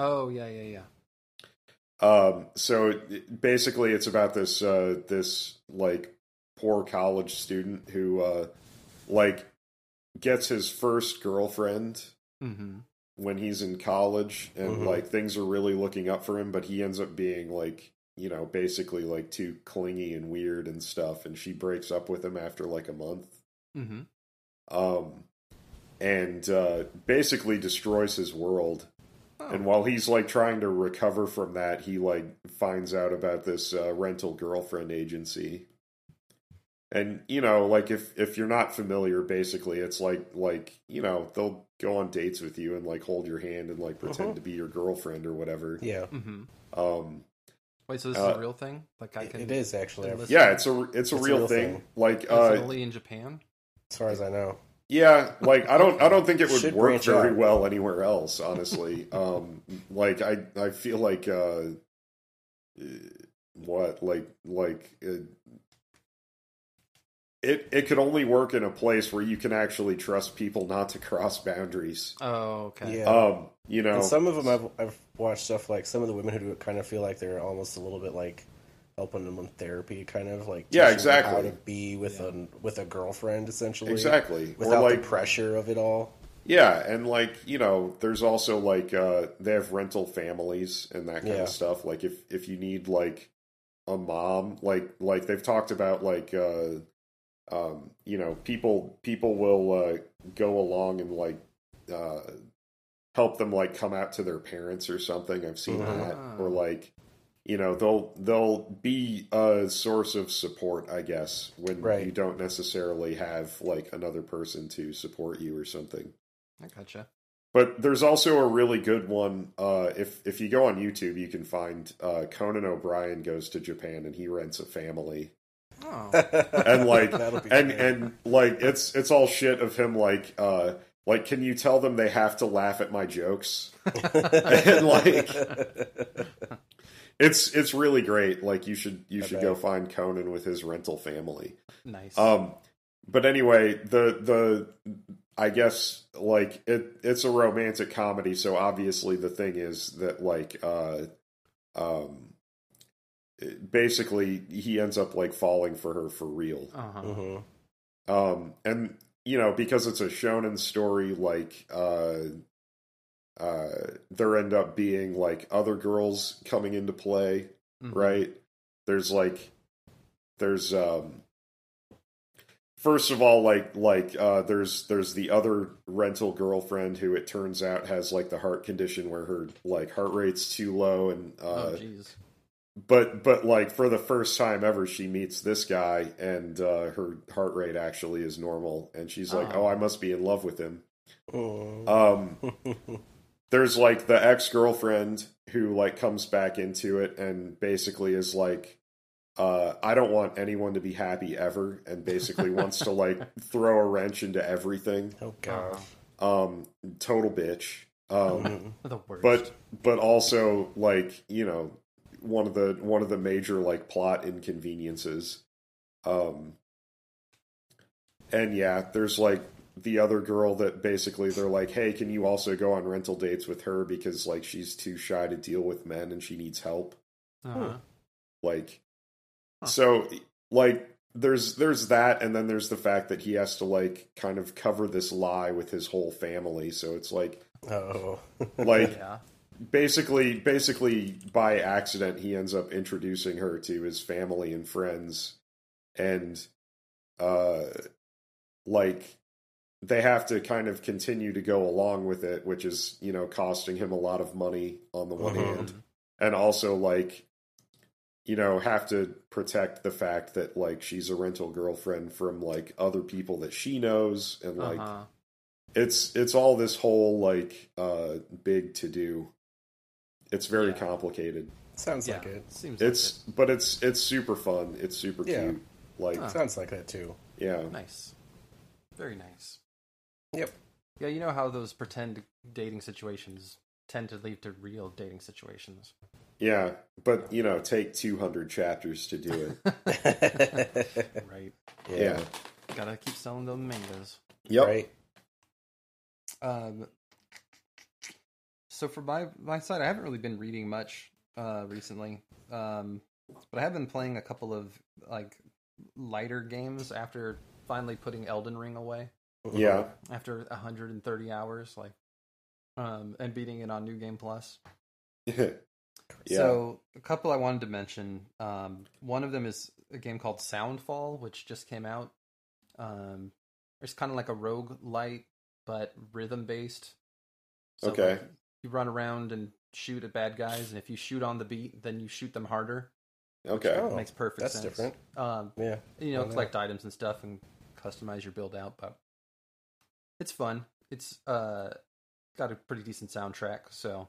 Oh yeah yeah yeah. Um so it- basically it's about this uh this like poor college student who uh like gets his first girlfriend Mm-hmm. when he's in college and Mhm. like things are really looking up for him but he ends up being like you know basically like too clingy and weird and stuff and she breaks up with him after like a month Mm-hmm. um and uh basically destroys his world and while he's like trying to recover from that he like finds out about this uh, rental girlfriend agency and you know like if if you're not familiar basically it's like like you know they'll go on dates with you and like hold your hand and like pretend Uh-huh. to be your girlfriend or whatever yeah. Mm-hmm. um Wait, so this is Uh, a real thing? Like I It- can it is actually, enlist- yeah it's a it's a real, thing. like uh only in Japan. as far as I know. Yeah, like I don't I don't think it would Should work branch very out. well anywhere else, honestly. um like I I feel like uh uh, what like like uh, it it could only work in a place where you can actually trust people not to cross boundaries. Oh okay. Yeah. Um, you know, And some of them I've, I've watched stuff like some of the women who do it kind of feel like they're almost a little bit like helping them in therapy, kind of like Yeah, teaching them exactly. how to be with a with a girlfriend essentially exactly. without or like the pressure of it all. Yeah, and like, you know, there's also like uh they have rental families and that kind Yeah. of stuff. Like if if you need like a mom, like like they've talked about like uh um you know, people people will uh go along and like uh help them like come out to their parents or something. I've seen Mm-hmm. Ah. that. Or like you know, they'll they'll be a source of support, I guess, when Right. you don't necessarily have like another person to support you or something. I [LAUGHS] gotcha. But there's also a really good one. Uh, if if you go on YouTube, you can find uh, Conan O'Brien goes to Japan and he rents a family Oh, [LAUGHS] and like That'll be and great. and like it's it's all shit of him like uh, like can you tell them they have to laugh at my [LAUGHS] jokes and like it's it's really great. Like you should you should go find Conan with his rental family. nice. Um, but anyway, the the I guess like it it's a romantic comedy, so obviously the thing is that like uh um it- basically he ends up like falling for her for real. Uh-huh. hmm Um and you know, because it's a shonen story like uh uh there end up being like other girls coming into play Mhm. right? There's like there's um first of all like like uh there's there's the other rental girlfriend who it turns out has like the heart condition where her like heart rate's too low and uh oh, jeez. but but like for the first time ever she meets this guy and uh her heart rate actually is normal and she's like Oh. oh I must be in love with him. Mm-hmm. Uh, Um there's like the ex-girlfriend who like comes back into it and basically is like uh I don't want anyone to be happy ever and basically wants to like throw a wrench into everything. oh god. Um total bitch. uh. Um Mhm. The worst. but but also like, you know, one of the one of the major like plot inconveniences. Um and yeah, there's like the other girl that basically they're like, "Hey, can you also go on rental dates with her because like she's too shy to deal with men and she needs help?" uh-huh. Like Huh. so like there's there's that and then there's the fact that he has to like kind of cover this lie with his whole family. So it's like Oh. like yeah. basically basically by accident he ends up introducing her to his family and friends and uh like they have to kind of continue to go along with it which is you know costing him a lot of money on the one Uh-huh. Mhm. hand and also like you know have to protect the fact that like she's a rental girlfriend from like other people that she knows and like uh-huh. it's it's all this whole like uh big to do it's very Yeah. complicated Sounds like Yeah, it. Seems it's but it's it's super fun it's super Yeah. cute like Huh. Sounds like that too. yeah like it. nice. Very nice. [LAUGHS] Yep. Yeah, you know how those pretend dating situations tend to lead to real dating [LAUGHS] situations. yeah but you know take 200 chapters to do it [LAUGHS] [LAUGHS] Right. yeah Gotta keep selling those mangoes. yep Right. Um, so for my my side, I haven't really been reading much uh, recently, um, but I have been playing a couple of like lighter games after finally putting Elden Ring away Mm-hmm. yeah after 130 hours, like um, and beating it on New Game Plus. [LAUGHS] yeah Uh-huh. So a couple I wanted to mention. Um, one of them is a game called Soundfall, which just came out. Um, it's kind of like a rogue light, but rhythm based. Okay. like, you run around and shoot at bad guys, and if you shoot on the beat, then you shoot them harder. okay Oh, Makes perfect that's sense. different. Um, Yeah. you know, Oh, no. collect items and stuff and customize your build out, but it's fun. It's uh got a pretty decent soundtrack, so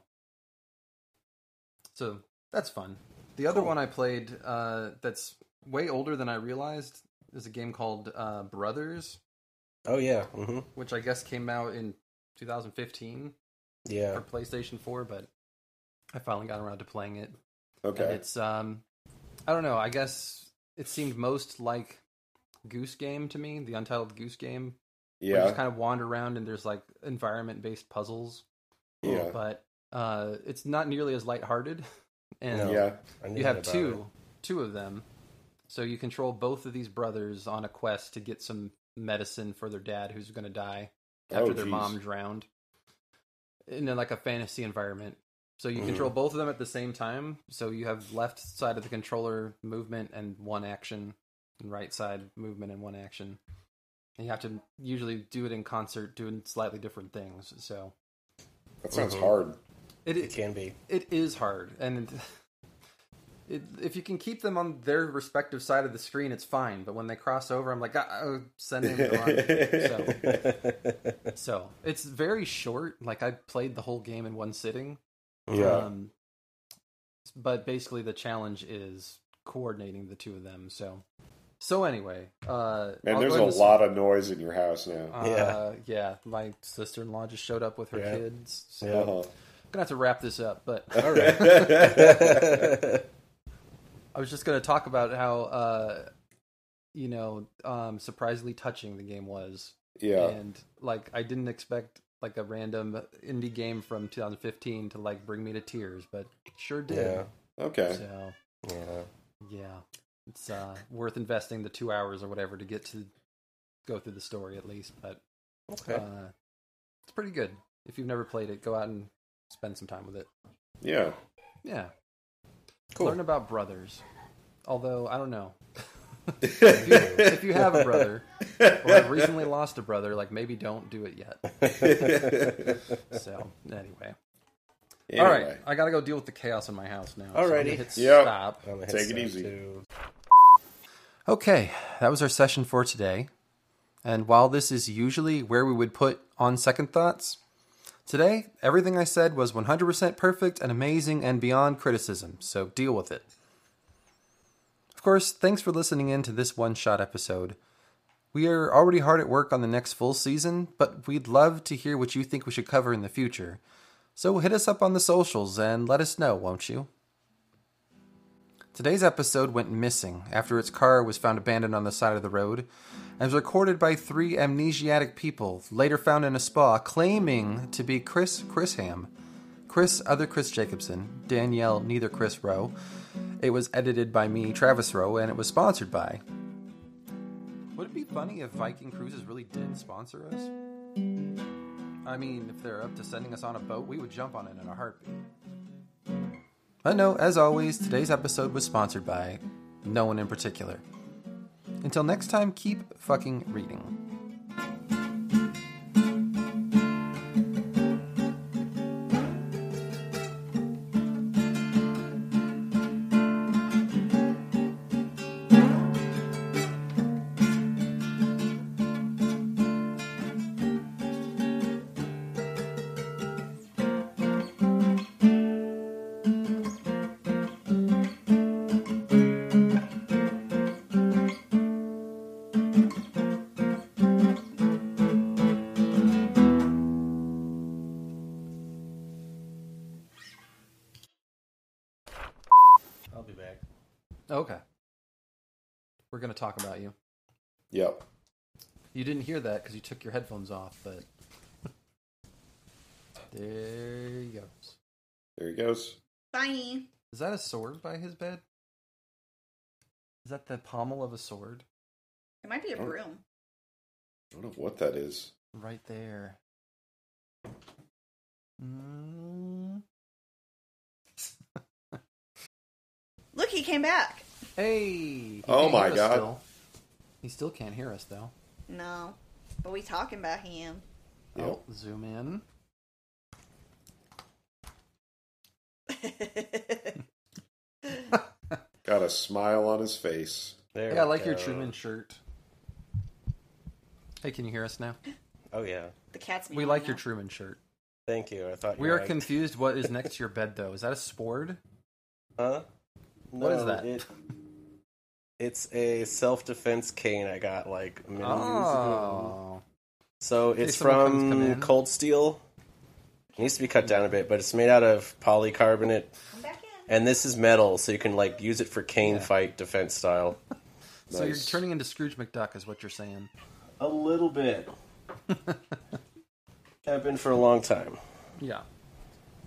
so that's fun. The other Cool. one I played uh that's way older than I realized is a game called uh Brothers, Oh yeah. hmm which I guess came out in 2015 Yeah. for PlayStation 4, but I finally got around to playing it and okay it's um I don't know, I guess it seemed most like Goose Game to me, the Untitled Goose Game. where You yeah just kind of wander around and there's like environment based puzzles. yeah But uh it's not nearly as lighthearted. [LAUGHS] And No. yeah I knew you have that about two two of them. So you control both of these brothers on a quest to get some medicine for their dad who's gonna die after Oh, their jeez. mom drowned in a, like a fantasy environment so you Mm. Mhm. control both of them at the same time so you have left side of the controller movement and one action and right side movement and one action and you have to usually do it in concert doing slightly different things so that sounds Mhm. hard it, It can be. it is hard and it, if you can keep them on their respective side of the screen it's fine but when they cross over i'm like "Ah, oh, send them to [LAUGHS] so so it's very short. Like I played the whole game in one sitting. Mm-hmm. yeah Um, but basically, the challenge is coordinating the two of them. So, so anyway, uh, man I'll there's a go ahead and- lot of noise in your house now Uh, yeah, My sister in law just showed up with her Yeah. kids. So Yeah. Uh-huh. I'm gonna have to wrap this up. [LAUGHS] But All right. [LAUGHS] I was just gonna talk about how, uh, you know, um, surprisingly touching the game was. Yeah. and like I didn't expect like a random indie game from 2015 to like bring me to tears, but it sure did. Yeah. Okay. So Yeah. yeah, it's uh, worth investing the two hours or whatever to get to go through the story at least. But Okay. uh, it's pretty good. If you've never played it, go out and spend some time with it. Yeah. Yeah, cool. learn about brothers. Although I [LAUGHS] don't know. if, you, if you have a brother or have recently lost a brother, like maybe don't do it yet. [LAUGHS] So anyway. Anyway, All right, I gotta go deal with the chaos in my house now. Alrighty. so I'm gonna hit Yep. stop. I'm gonna hit Take it stop, easy. too. Okay, that was our session for today. And while this is usually where we would put on second thoughts, today everything I said was 100% perfect and amazing and beyond criticism. So deal with it. Of course, thanks for listening in to this one shot episode. We are already hard at work on the next full season, but we'd love to hear what you think we should cover in the future. So hit us up on the socials and let us know, won't you? Today's episode went missing after its car was found abandoned on the side of the road and was recorded by three amnesiac people, later found in a spa, claiming to be Chris Chrisham, Chris Other Chris Jacobson, Danielle Neither Chris Rowe. It was edited by me, Travis Rowe, and it was sponsored by. Would it be funny if Viking Cruises really did sponsor us? I mean, if they're up to sending us on a boat, we would jump on it in a heartbeat. But no, as always, today's episode was sponsored by no one in particular. Until next time, keep fucking reading. I'll be back. Okay. We're going to talk about you. Yep. You didn't hear that because you took your headphones off, but. there he goes. There he goes. Bye. Is that a sword by his bed? Is that the pommel of a sword? It might be a Oh. broom. I don't know what that is. Right there. Mm. Look, he came back. Hey! he Oh can't my hear us God. still. He still can't hear us though. No. But we talking about [LAUGHS] him. Yep. Oh, zoom in. Got a smile on his face. There Hey, I we like your go. Truman shirt. Hey, can you hear us now? Oh yeah. The cat's We like your Truman shirt. Thank you. I thought you We are liked- confused what is next to your bed though. Is that a [LAUGHS] sword? Huh? What is No, that? it- it's a self-defense cane I got like many years ago. Oh. So it's someone comes- come from in. Cold Steel. It needs to be cut down a bit, but it's made out of polycarbonate, Come back in. and this is metal, so you can like use it for cane fight defense style. So you're Nice. turning into Scrooge McDuck is what you're saying. A little [LAUGHS] bit. I've been for a long time. Yeah.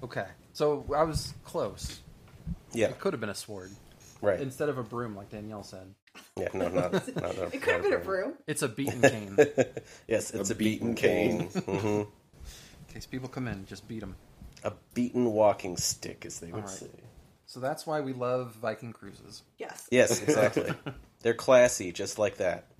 Okay. So I was close. Yeah, It could have been a sword right. instead of a broom like Danielle said. yeah, no, not, not, [LAUGHS] not It could have been a broom. It's a [LAUGHS] beaten cane. In Yes, it's a, beaten beaten, cane. hmm case people come in, just beat them. A beaten walking stick, as they would Alright. say. So that's why we love Viking cruises. Yes. Yes, exactly. They're classy, just like that.